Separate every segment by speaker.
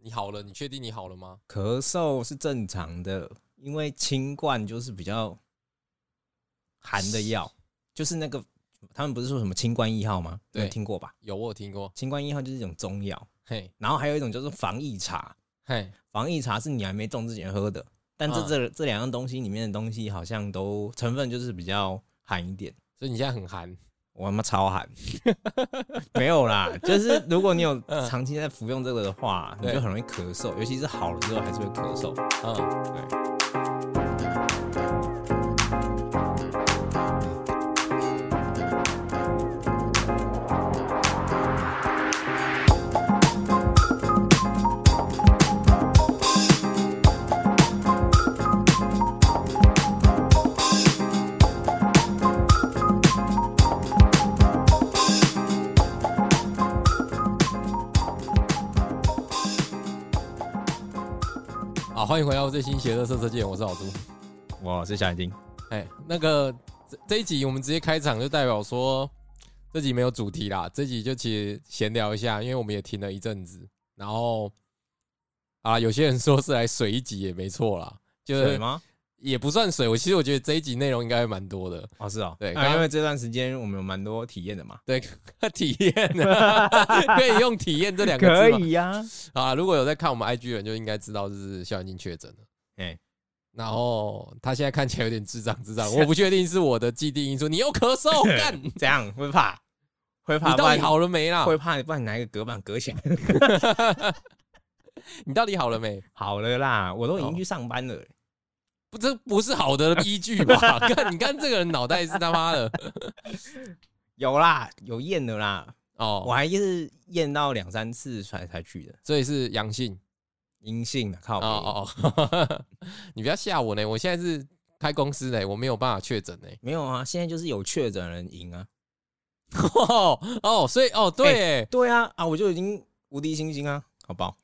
Speaker 1: 你好了？你确定你好了吗？
Speaker 2: 咳嗽是正常的，因为清冠就是比较寒的药，就是那个他们不是说什么清冠一号吗？你有
Speaker 1: 对
Speaker 2: 听过吧？
Speaker 1: 有，我有听过。
Speaker 2: 清冠一号就是一种中药，
Speaker 1: 嘿，
Speaker 2: 然后还有一种叫做防疫茶，
Speaker 1: 嘿，
Speaker 2: 防疫茶是你还没中之前喝的，但这
Speaker 1: 嗯
Speaker 2: 这、这两样东西里面的东西好像都成分就是比较寒一点。
Speaker 1: 所以你现在很寒。
Speaker 2: 我他妈 超寒，没有啦，就是如果你有长期在服用这个的话，
Speaker 1: 嗯
Speaker 2: 你
Speaker 1: 对
Speaker 2: 就很容易咳嗽，尤其是好了之后还是会咳嗽。
Speaker 1: 嗯，好，欢迎回到最新邪恶色色界，我是老朱。
Speaker 2: 我是小眼睛，
Speaker 1: 哎，那个这这一集我们直接开场，就代表说这集没有主题啦，这集就其实闲聊一下，因为我们也停了一阵子。然后啊，有些人说是来水一集也没错啦，就
Speaker 2: 对
Speaker 1: 是
Speaker 2: 吗？
Speaker 1: 也不算水。我其实我觉得这一集内容应该会蛮多的，
Speaker 2: 哦，是哦，
Speaker 1: 对
Speaker 2: 啊
Speaker 1: 刚刚
Speaker 2: 因为这段时间我们有蛮多体验的嘛，
Speaker 1: 对，体验、啊、可以用体验这两个字吗？
Speaker 2: 呀、
Speaker 1: 啊，如果有在看我们 IG 的人，就应该知道就是小眼睛确诊了。
Speaker 2: 哎
Speaker 1: 然后他现在看起来有点智障，智 障，我不确定是我的既定因素。你又咳嗽，干，你
Speaker 2: 这样会怕，会怕，
Speaker 1: 到底
Speaker 2: 不然
Speaker 1: 好了没啦？
Speaker 2: 会怕，不然你拿一个隔板隔起来。
Speaker 1: 你到底好了没？
Speaker 2: 好了啦，我都已经
Speaker 1: 哦
Speaker 2: 去上班了、
Speaker 1: 不，这不是好的依据 吧？看，你看这个人脑袋是他妈的
Speaker 2: 有啦，有验的啦，我
Speaker 1: 哦，
Speaker 2: 还是验到两三次才才去的，
Speaker 1: 所以是阳性
Speaker 2: 阴性的，靠
Speaker 1: 哦
Speaker 2: 北
Speaker 1: 哦哦， 你不要吓我呢！我现在是开公司呢，我没有办法确诊呢。
Speaker 2: 没有啊，现在就是有确诊的人赢啊。
Speaker 1: 哦哦，所以哦对耶
Speaker 2: 对啊，啊，我就已经无敌星星啊，好不好？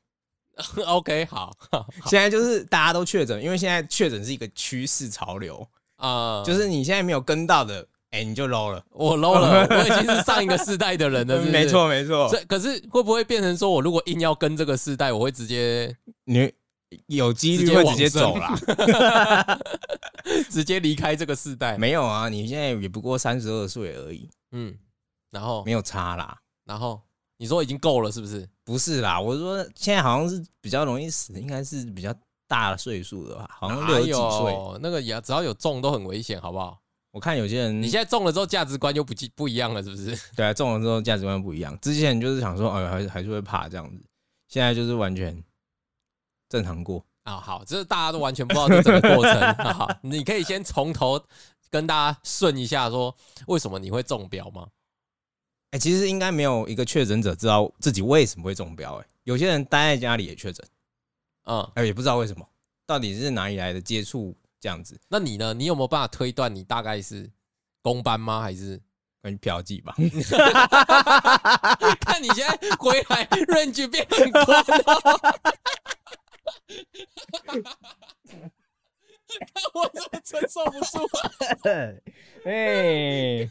Speaker 1: ，OK，好
Speaker 2: 现在就是大家都确诊，因为现在确诊是一个趋势潮流，
Speaker 1: 啊，
Speaker 2: 就是你现在没有跟到的，哎、你就 low 了。嗯
Speaker 1: 我 low 了，我已经是上一个世代的人了，是不是
Speaker 2: 没。错，没错。
Speaker 1: 这可是会不会变成说，我如果硬要跟这个世代，我会直接
Speaker 2: 你有几
Speaker 1: 直
Speaker 2: 率
Speaker 1: 接
Speaker 2: 会
Speaker 1: 往
Speaker 2: 直接
Speaker 1: 生
Speaker 2: 走啦？
Speaker 1: 直接离开这个世代？
Speaker 2: 没有啊，你现在也不过三十二岁而已，
Speaker 1: 嗯，然后
Speaker 2: 没有差啦。
Speaker 1: 然后你说已经够了，是不是？
Speaker 2: 不是啦，我说现在好像是比较容易死，应该是比较大的岁数的吧，好像六
Speaker 1: 哪
Speaker 2: 十几岁。
Speaker 1: 哎有那个也只要有中都很危险，好不好？
Speaker 2: 我看有些人
Speaker 1: 你现在中了之后价值观又不记不一样了，是不 是？
Speaker 2: 对啊，中了之后价值观不一样。之前就是想说，哎，还是还是会怕这样子，现在就是完全正常过。
Speaker 1: 啊，好，这大家都完全不知道这整个过程。 好，你可以先从头跟大家顺一下，说为什么你会中标吗？
Speaker 2: 哎、其实应该没有一个确诊者知道自己为什么会中标、哎，有些人待在家里也确诊，
Speaker 1: 嗯，
Speaker 2: 哎、也不知道为什么，到底是哪里来的接触这样子，
Speaker 1: 那你呢？你有没有办法推断你大概是公班吗？还是？
Speaker 2: 关于嫖妓吧。
Speaker 1: 看你现在回来 range 变很宽了。 看我怎么承受不住、
Speaker 2: 哎、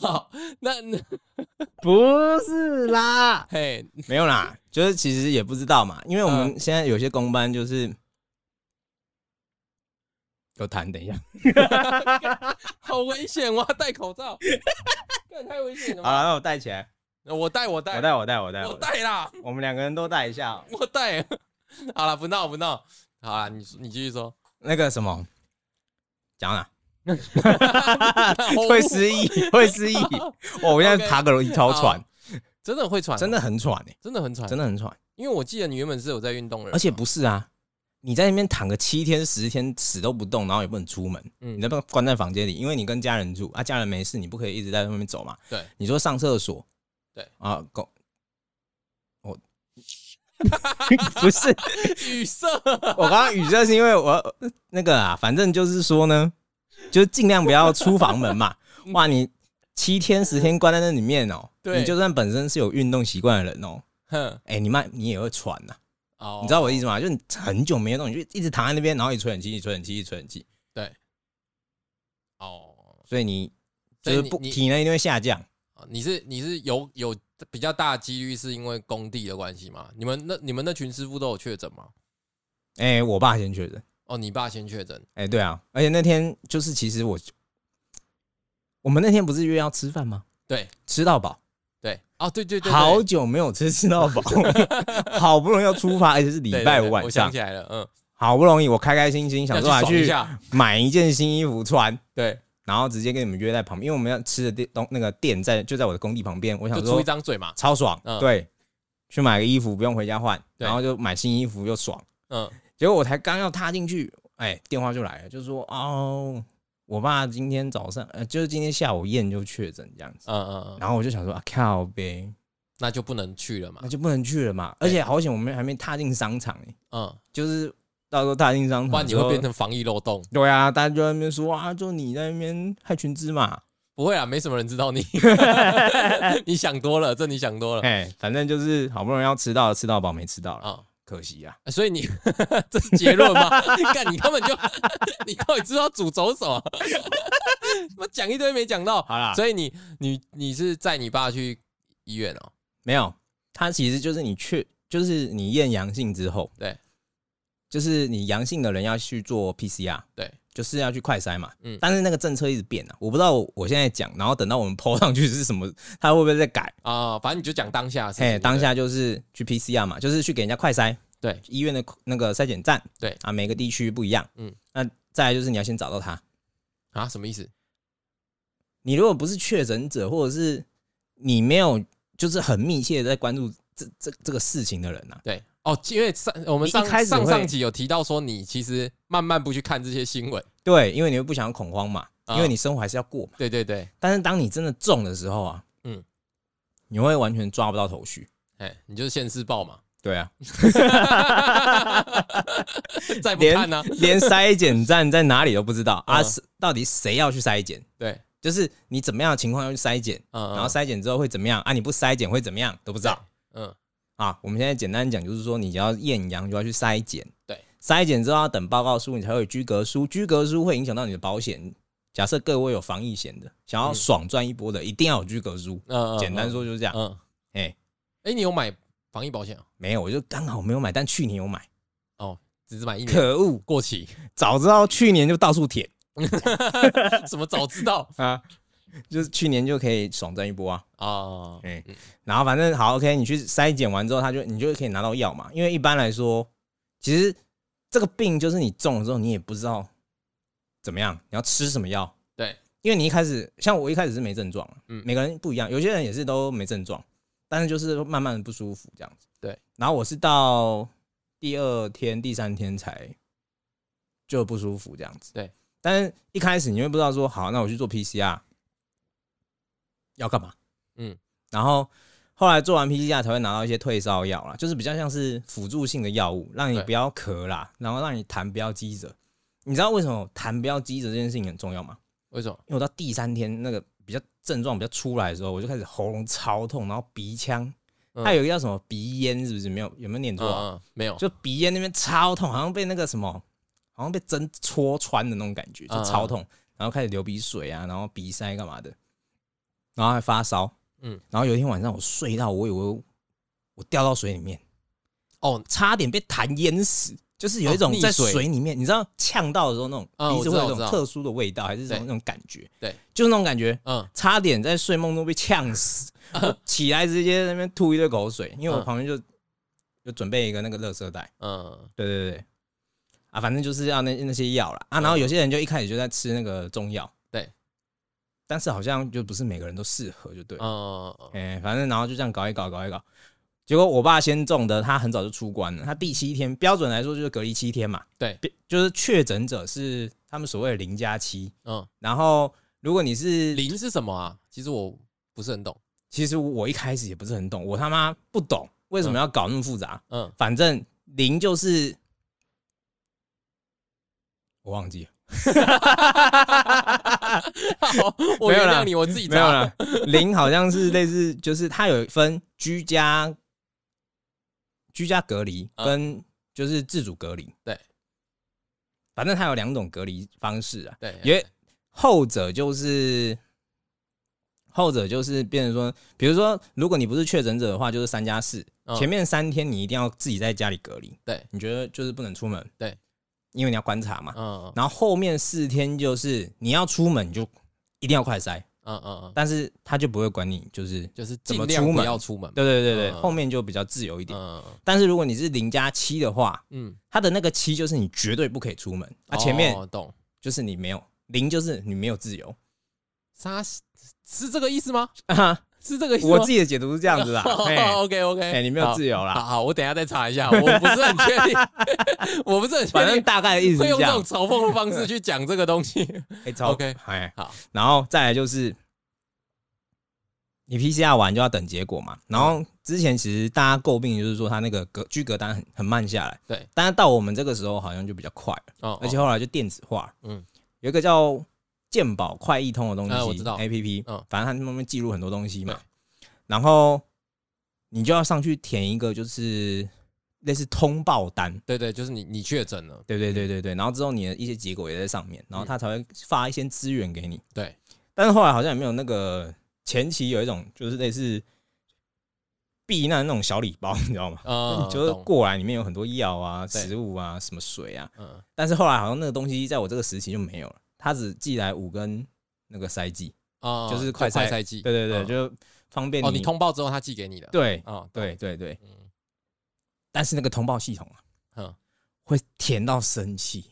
Speaker 1: 好，啊那那
Speaker 2: 不是啦，
Speaker 1: 嘿，
Speaker 2: 没有啦，就是其实也不知道嘛，因为我们现在有些公班就是有痰，等一下。
Speaker 1: 好危险！我要戴口罩， 干太危险了
Speaker 2: 好
Speaker 1: 吧。
Speaker 2: 了，那我戴起来，
Speaker 1: 我戴，我
Speaker 2: 我
Speaker 1: 戴，
Speaker 2: 戴，我戴，我戴，
Speaker 1: 我戴啦，
Speaker 2: 我们两个人都戴一下哦、
Speaker 1: 我戴。 好了，不闹不闹。好了，你你继续说。
Speaker 2: 那个什么，讲啊，
Speaker 1: 会
Speaker 2: 会失忆，会失忆。 哦，我现在
Speaker 1: OK，
Speaker 2: 爬个楼梯超喘，
Speaker 1: 真的会喘，啊
Speaker 2: 真的很喘哎、
Speaker 1: 真的很喘，
Speaker 2: 真的很喘。
Speaker 1: 因为我记得你原本是有在运动的人，
Speaker 2: 而且 不是啊，你在那边躺个七天十天死都不动，然后也不能出门，
Speaker 1: 嗯
Speaker 2: 你在被关在房间里，因为你跟家人住啊，家人没事，你不可以一直在外面走嘛。
Speaker 1: 对，
Speaker 2: 你说上厕所，
Speaker 1: 对
Speaker 2: 啊，狗，我 不是，
Speaker 1: 语塞。
Speaker 2: 我刚刚语塞是因为我那个啊，反正就是说呢，就是尽量不要出房 门嘛。哇，你七天十天关在那里面哦，
Speaker 1: 嗯对
Speaker 2: 你就算本身是有运动习惯的人哦，
Speaker 1: 哼，
Speaker 2: 哎、你慢你也会喘啊呐、
Speaker 1: 哦
Speaker 2: 你知道我的意思吗？就你很久没有动，你就一直躺在那边，然后一直吹冷气，一直吹冷气，一直吹冷气，
Speaker 1: 哦，
Speaker 2: 所以你
Speaker 1: 所
Speaker 2: 就
Speaker 1: 以
Speaker 2: 是
Speaker 1: 你
Speaker 2: 不
Speaker 1: 哦你
Speaker 2: 体能一定会下降。
Speaker 1: 啊你是你是有有比较大的几率是因为工地的关系嘛？你们那你们那群师傅都有确诊吗？
Speaker 2: 哎、我爸先确诊。
Speaker 1: 哦，你爸先确诊，
Speaker 2: 哎、对啊，而且那天就是其实我，我们那天不是约要吃饭吗？
Speaker 1: 对
Speaker 2: 吃到饱，
Speaker 1: 对，哦，对对对，对
Speaker 2: 好久没有吃吃到 饱，好不容易要出发，而且是礼
Speaker 1: 对对
Speaker 2: 拜
Speaker 1: 对
Speaker 2: 五晚
Speaker 1: 我想
Speaker 2: 上，
Speaker 1: 起来了，嗯，
Speaker 2: 好不容易我开开心心想说
Speaker 1: 要
Speaker 2: 啊
Speaker 1: 去爽一
Speaker 2: 去
Speaker 1: 下，
Speaker 2: 买一件新衣服穿，
Speaker 1: 对，
Speaker 2: 然后直接跟你们约在旁边，因为我们要吃的店东那个店在就在我的工地旁边，我
Speaker 1: 就
Speaker 2: 想
Speaker 1: 出
Speaker 2: 说
Speaker 1: 一张嘴嘛，
Speaker 2: 超爽，
Speaker 1: 嗯
Speaker 2: 对，去买个衣服不用回家换，
Speaker 1: 对
Speaker 2: 然后就买新衣服又爽。
Speaker 1: 嗯，
Speaker 2: 结果我才刚要踏进去，哎，电话就来了，就说哦，我爸今天早上，呃，就是今天下午验就确诊这样子。
Speaker 1: 嗯嗯嗯，
Speaker 2: 然后我就想说啊，靠呗，
Speaker 1: 那就不能去了嘛
Speaker 2: 那，就不能去了嘛。
Speaker 1: 对
Speaker 2: 而且好险，我们还没踏进商场、欸，
Speaker 1: 嗯，
Speaker 2: 就是到时候踏进商场，
Speaker 1: 不然你会变。成防疫漏洞。
Speaker 2: 对啊，大家就在那边说啊，就你在那边害群之马，
Speaker 1: 不会啊，没什么人知道 你，你想多了，这你想多了
Speaker 2: 哎，反正就是好不容易要吃到了，吃到饱没吃到了，
Speaker 1: 啊。
Speaker 2: 可惜啊。
Speaker 1: 所以你 这是结论吗？干，你根本就 你到底知道主轴 什么？我啊讲一堆没讲到。
Speaker 2: 好啦
Speaker 1: 所以你你你是载你爸去医院哦？
Speaker 2: 没有，它其实就是你确，就是你验阳性之后，
Speaker 1: 对，
Speaker 2: 就是你阳性的人要去做 PCR，
Speaker 1: 对，
Speaker 2: 就是要去快筛嘛。
Speaker 1: 嗯
Speaker 2: 嗯，但是那个政策一直变啊，我不知道我我现在讲，然后等到我们 PO 上去是什么，它会不会再改？
Speaker 1: 啊，反正你就讲当下的事情。
Speaker 2: 嘿，当
Speaker 1: 对
Speaker 2: 下就是去 PCR 嘛，就是去给人家快筛，
Speaker 1: 对，
Speaker 2: 医院的那个筛检站，
Speaker 1: 对
Speaker 2: 啊，每个地区不一样，
Speaker 1: 嗯
Speaker 2: 嗯，那再来就是你要先找到他，
Speaker 1: 啊，什么意思？
Speaker 2: 你如果不是确诊者，或者是你没有就是很密切的在关注这这这个事情的人啊，
Speaker 1: 对哦，因为上我们
Speaker 2: 你一
Speaker 1: 上
Speaker 2: 开始
Speaker 1: 上
Speaker 2: 会
Speaker 1: 上集有提到说，你其实慢慢不去看这些新闻。
Speaker 2: 对，因为你会不想恐慌嘛，
Speaker 1: 啊
Speaker 2: 因为你生活还是要过嘛。
Speaker 1: 对对对，
Speaker 2: 但是当你真的中的时候啊，
Speaker 1: 嗯
Speaker 2: 嗯，你会完全抓不到头绪。
Speaker 1: 哎，你就是现世报嘛，
Speaker 2: 对 啊，
Speaker 1: 再不
Speaker 2: 连
Speaker 1: 看呢？
Speaker 2: 连筛检站在哪里都不知道啊，
Speaker 1: 嗯
Speaker 2: 是到底谁要去筛检？
Speaker 1: 对，
Speaker 2: 就是你怎么样的情况要去筛检，
Speaker 1: 嗯，嗯
Speaker 2: 然后筛检之后会怎么样啊？你不筛检会怎么样都不知道
Speaker 1: 嗯，
Speaker 2: 啊。我们现在简单讲，就是说你只要验阳就要去筛检，
Speaker 1: 对，
Speaker 2: 筛检之后要等报告书，你才会有居格书，居格书会影响到你的保险。假设各位有防疫险的，想要
Speaker 1: 嗯
Speaker 2: 爽赚一波的，一定要有居格书。
Speaker 1: 嗯，嗯
Speaker 2: 简单，说就是这样。
Speaker 1: 嗯，
Speaker 2: 哎、
Speaker 1: 哎，你有买防疫保险啊？
Speaker 2: 没有，我就刚好没有买，但去年有买。
Speaker 1: 只是买一年
Speaker 2: 可恶，
Speaker 1: 过 期，
Speaker 2: 早知道去年就到处舔
Speaker 1: 什么早知道
Speaker 2: 啊，就是去年就可以爽赚一波啊。
Speaker 1: 啊？
Speaker 2: 哎、然后反正好，OK，你去筛检完之后，他就你就可以拿到药嘛。因为一般来说，其实这个病就是你中了之后，你也不知道怎么样，你要吃什么药。
Speaker 1: 对，
Speaker 2: 因为你一开始像我一开始是没症状，
Speaker 1: 嗯
Speaker 2: 嗯，每个人不一样，有些人也是都没症状，但是就是慢慢的不舒服这样子。
Speaker 1: 对，
Speaker 2: 然后我是到第二天、第三天才就不舒服这样子。
Speaker 1: 对，
Speaker 2: 但是一开始你会不知道说，好，那我去做 PCR 要干嘛？
Speaker 1: 嗯
Speaker 2: 嗯，然后后来做完 PCR 才会拿到一些退烧药啦，就是比较像是辅助性的药物，让你
Speaker 1: 对
Speaker 2: 不要咳啦，然后让你痰不要积着。你知道为什么痰不要积着这件事情很重要吗？
Speaker 1: 为什么？
Speaker 2: 因为我到第三天那个比较症状比较出来的时候，我就开始喉咙超痛，然后鼻腔，
Speaker 1: 嗯
Speaker 2: 它有一个叫什么鼻炎，是不是？没有有没有念
Speaker 1: 嗯
Speaker 2: 错啊、
Speaker 1: 嗯，没有，
Speaker 2: 就鼻炎那边超痛，好像被那个什么，好像被针戳穿的那种感觉，
Speaker 1: 嗯
Speaker 2: 就超痛，然后开始流鼻水啊，然后鼻塞干嘛的，然后还发烧，
Speaker 1: 嗯
Speaker 2: 嗯，然后有一天晚上我睡到，我以为我掉到水里面，
Speaker 1: 哦，
Speaker 2: 差点被痰淹死。就是有一
Speaker 1: 哦
Speaker 2: 种
Speaker 1: 溺
Speaker 2: 在
Speaker 1: 水
Speaker 2: 水里面，你知道呛到的时候那种
Speaker 1: 嗯
Speaker 2: 鼻子会
Speaker 1: 我知道我
Speaker 2: 有一种
Speaker 1: 知道
Speaker 2: 特殊的味道，还是什么
Speaker 1: 对
Speaker 2: 那种感觉？
Speaker 1: 对，
Speaker 2: 就是那种感觉。
Speaker 1: 嗯
Speaker 2: 差点在睡梦中被呛死， 我起来直接在那边吐一堆口水，因为我
Speaker 1: 嗯
Speaker 2: 旁边就就准备一个那个垃圾袋，
Speaker 1: 嗯，
Speaker 2: 对对对，啊，反正就是要那那些药啦。啊，然后有些人就一开始就在吃那个中药，
Speaker 1: 嗯对，
Speaker 2: 但是好像就不是每个人都适合，就对，哎、
Speaker 1: 嗯嗯
Speaker 2: 反正然后就这样搞一搞搞一搞，结果我爸先中的，他很早就出关了，他第七天标准来说就是隔离七天嘛，
Speaker 1: 对，
Speaker 2: 就是确诊者是他们所谓的零加七，
Speaker 1: 嗯，
Speaker 2: 然后如果你是
Speaker 1: 零是什么啊？其实我不是很懂。
Speaker 2: 其实我一开始也不是很懂，我他妈不懂为什么要搞那么复杂。
Speaker 1: 嗯，
Speaker 2: 反正零就是我忘 记了，
Speaker 1: 好，我
Speaker 2: 没
Speaker 1: 原
Speaker 2: 有啦
Speaker 1: 谅你，我自己
Speaker 2: 没有
Speaker 1: 查。
Speaker 2: 了。零好像是类似，就是它有分居家居家隔离
Speaker 1: 嗯
Speaker 2: 跟就是自主隔离。
Speaker 1: 对，
Speaker 2: 反正它有两种隔离方式啊。
Speaker 1: 对，
Speaker 2: 也后者就是后者就是变成说，比如说，如果你不是确诊者的话，就是三加四
Speaker 1: 嗯，
Speaker 2: 前面三天你一定要自己在家里隔离，
Speaker 1: 对，
Speaker 2: 你觉得就是不能出门，
Speaker 1: 对，
Speaker 2: 因为你要观察嘛。
Speaker 1: 嗯
Speaker 2: 然后后面四天就是你要出门你就一定要快筛，
Speaker 1: 嗯嗯嗯，
Speaker 2: 但是他就不会管你，就是
Speaker 1: 就是
Speaker 2: 怎
Speaker 1: 尽
Speaker 2: 么
Speaker 1: 量不
Speaker 2: 出门
Speaker 1: 要出门。
Speaker 2: 对对对对，
Speaker 1: 嗯
Speaker 2: 后面就比较自由一点。
Speaker 1: 嗯
Speaker 2: 但是如果你是零加七的话，
Speaker 1: 嗯，
Speaker 2: 它的那个七就是你绝对不可以出门，啊，前面
Speaker 1: 哦懂
Speaker 2: 就是你没有零，就是你没有自由。
Speaker 1: 杀是这个意思吗？
Speaker 2: 啊，
Speaker 1: 是这个意思吗？
Speaker 2: 我自己的解读是这样 子啦，哎
Speaker 1: 哦 OK OK，
Speaker 2: 哎，你没有自由
Speaker 1: 好
Speaker 2: 啦，
Speaker 1: 好，我等一下再查一下，我不是很确定， 我不是很
Speaker 2: 反
Speaker 1: 确
Speaker 2: 正
Speaker 1: 定
Speaker 2: 大概的意思
Speaker 1: 会
Speaker 2: 是
Speaker 1: 用
Speaker 2: 这
Speaker 1: 这种
Speaker 2: 样。
Speaker 1: 嘲讽的方式去讲这个东 西。
Speaker 2: 哎，超
Speaker 1: OK，
Speaker 2: 哎
Speaker 1: 好，
Speaker 2: 然后再来就是你 PCR 完就要等结果嘛，然后之前其实大家诟病就是说它那个隔居隔单很很慢下来，
Speaker 1: 对，
Speaker 2: 但是到我们这个时候好像就比较快了，
Speaker 1: 哦，
Speaker 2: 而且
Speaker 1: 哦
Speaker 2: 后来就电子化，
Speaker 1: 嗯
Speaker 2: 嗯，有一个叫健保快易通的东西，
Speaker 1: 哎我知道
Speaker 2: A P P，
Speaker 1: 嗯
Speaker 2: 嗯，反正它那边记录很多东西嘛，然后你就要上去填一个就是类似通报单，
Speaker 1: 对对，就是你你确诊了，
Speaker 2: 对对对对对，然后之后你的一些结果也在上面，然后它才会发一些资源给你，
Speaker 1: 嗯对，
Speaker 2: 但是后来好像也没有那个前期有一种就是类似避难那种小礼包，你知道吗？
Speaker 1: 呃，
Speaker 2: 就是
Speaker 1: 懂
Speaker 2: 过来，里面有很多药啊、
Speaker 1: 对
Speaker 2: 食物啊、什么水啊，
Speaker 1: 嗯
Speaker 2: 但是后来好像那个东西在我这个时期就没有了，他只寄来五根那个塞剂。
Speaker 1: 啊，
Speaker 2: 就是
Speaker 1: 就
Speaker 2: 快
Speaker 1: 快
Speaker 2: 筛
Speaker 1: 筛剂，
Speaker 2: 对对对，
Speaker 1: 嗯
Speaker 2: 就方便
Speaker 1: 哦，你通报之后他寄给你的，
Speaker 2: 对
Speaker 1: 哦，
Speaker 2: 对对对，
Speaker 1: 嗯
Speaker 2: 但是那个通报系统啊，
Speaker 1: 嗯，
Speaker 2: 会填到生气，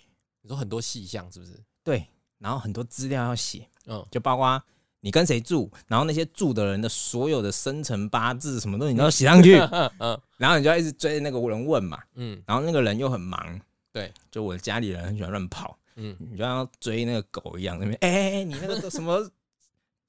Speaker 1: 你说很多细项是不是？
Speaker 2: 对，然后很多资料要写，
Speaker 1: 嗯
Speaker 2: 就包括你跟谁住，然后那些住的人的所有的生辰八字什么东西你都要写上去，
Speaker 1: 嗯嗯
Speaker 2: 然后你就要一直追着那个人问嘛，
Speaker 1: 嗯
Speaker 2: 然后那个人又很忙，
Speaker 1: 对，
Speaker 2: 就我的家里人很喜欢乱跑，
Speaker 1: 嗯，
Speaker 2: 你就要追那个狗一样，那边哎哎哎，你那个 什么，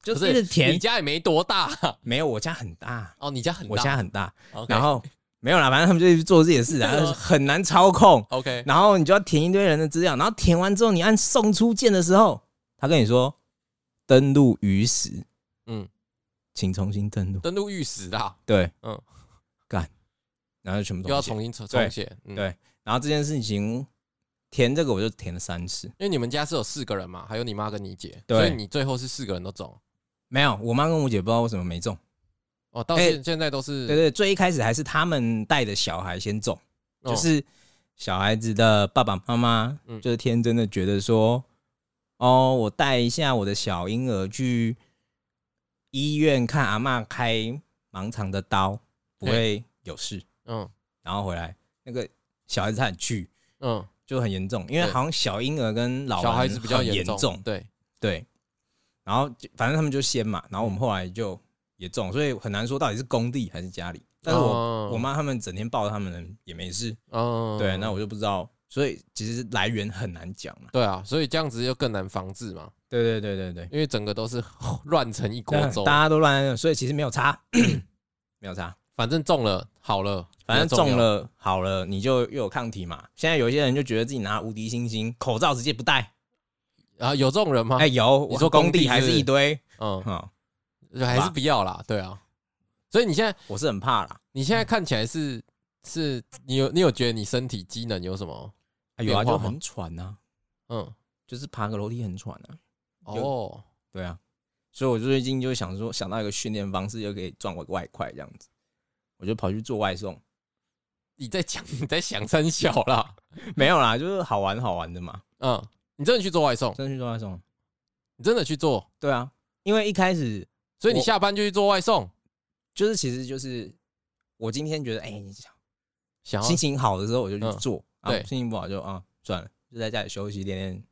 Speaker 2: 就
Speaker 1: 不
Speaker 2: 一直
Speaker 1: 你
Speaker 2: 填，
Speaker 1: 家也没多大啊
Speaker 2: 没有，我家很大，
Speaker 1: 哦，你家很大，
Speaker 2: 我家很大，
Speaker 1: OK
Speaker 2: 然后没有啦，反正他们就去做自己的事啊，然后很难操控。
Speaker 1: OK，
Speaker 2: 然后你就要填一堆人的资料，然后填完之后，你按送出键的时候，他跟你说登录逾时，
Speaker 1: 嗯，
Speaker 2: 请重新登录。
Speaker 1: 登录玉石啦，
Speaker 2: 对，
Speaker 1: 嗯
Speaker 2: 嗯，干，然后就全部
Speaker 1: 又要
Speaker 2: 重写
Speaker 1: 重新重重写，嗯
Speaker 2: 对然后这件事情填这个我就填了三次，
Speaker 1: 因为你们家是有四个人嘛，还有你妈跟你姐，
Speaker 2: 对
Speaker 1: 所以你最后是四个人都中
Speaker 2: 没有，我妈跟我姐不知道为什么没中。
Speaker 1: 哦，到
Speaker 2: 哎
Speaker 1: 现现在都是
Speaker 2: 对对，最一开始还是他们带的小孩先中，
Speaker 1: 哦
Speaker 2: 就是小孩子的爸爸妈妈
Speaker 1: 嗯
Speaker 2: 就是天真的觉得说，哦，我带一下我的小婴儿去医院看阿嬷开盲肠的刀，不会有事，
Speaker 1: 嗯
Speaker 2: 然后回来那个小孩子他很去
Speaker 1: 嗯，
Speaker 2: 就很严重，因为
Speaker 1: 对
Speaker 2: 好像小婴儿跟老人
Speaker 1: 小孩子比较
Speaker 2: 很
Speaker 1: 严
Speaker 2: 严
Speaker 1: 重，对，
Speaker 2: 对，然后就反正他们就先嘛，然
Speaker 1: 嗯
Speaker 2: 后我们后来就也中，所以很难说到底是工地还是家里。但是我、
Speaker 1: 哦
Speaker 2: 我妈他们整天抱着他们也没事，
Speaker 1: 嗯，
Speaker 2: 对，那我就不知道，所以其实来源很难讲嘛。
Speaker 1: 对啊，所以这样子就更难防治嘛，
Speaker 2: 对对对对对，
Speaker 1: 因为整个都是 乱成一锅
Speaker 2: 但
Speaker 1: 粥
Speaker 2: 大，家都乱乱，所以其实没有差， 没有差，
Speaker 1: 反正中了好了，
Speaker 2: 反正
Speaker 1: 比较重
Speaker 2: 中
Speaker 1: 要，
Speaker 2: 了好了，你就又有抗体嘛。现在有一些人就觉得自己拿无敌星星，口罩直接不戴，
Speaker 1: 啊，有这种人吗
Speaker 2: 哎、？有
Speaker 1: 你说
Speaker 2: 我工
Speaker 1: 工地
Speaker 2: 地还
Speaker 1: 是
Speaker 2: 是一堆，
Speaker 1: 嗯，
Speaker 2: 嗯，
Speaker 1: 还是不要啦，对啊，所以你现在
Speaker 2: 我是很怕啦。
Speaker 1: 你现在看起来是是，你有你有觉得你身体机能有什么？
Speaker 2: 哎有啊，
Speaker 1: 变化
Speaker 2: 就
Speaker 1: 吗
Speaker 2: 很喘啊，
Speaker 1: 嗯，
Speaker 2: 就是爬个楼梯很喘啊。有
Speaker 1: 哦，
Speaker 2: 对啊，所以我最近就想说，想到一个训练方式，又可以赚我外快这样子，我就跑去做外送。
Speaker 1: 你在讲 你在想三小啦，
Speaker 2: 没有啦，就是好玩好玩的嘛，
Speaker 1: 嗯，你真的去做外送，
Speaker 2: 真的去做外送。
Speaker 1: 你真的去做，
Speaker 2: 对啊，因为一开始
Speaker 1: 所以你
Speaker 2: 我
Speaker 1: 下班就去做外送，
Speaker 2: 就是其实就是我今天觉得哎、
Speaker 1: 想要
Speaker 2: 心情好的时候我就
Speaker 1: 嗯
Speaker 2: 去做，啊
Speaker 1: 对
Speaker 2: 心情不好就啊算了，就在家里休息，练练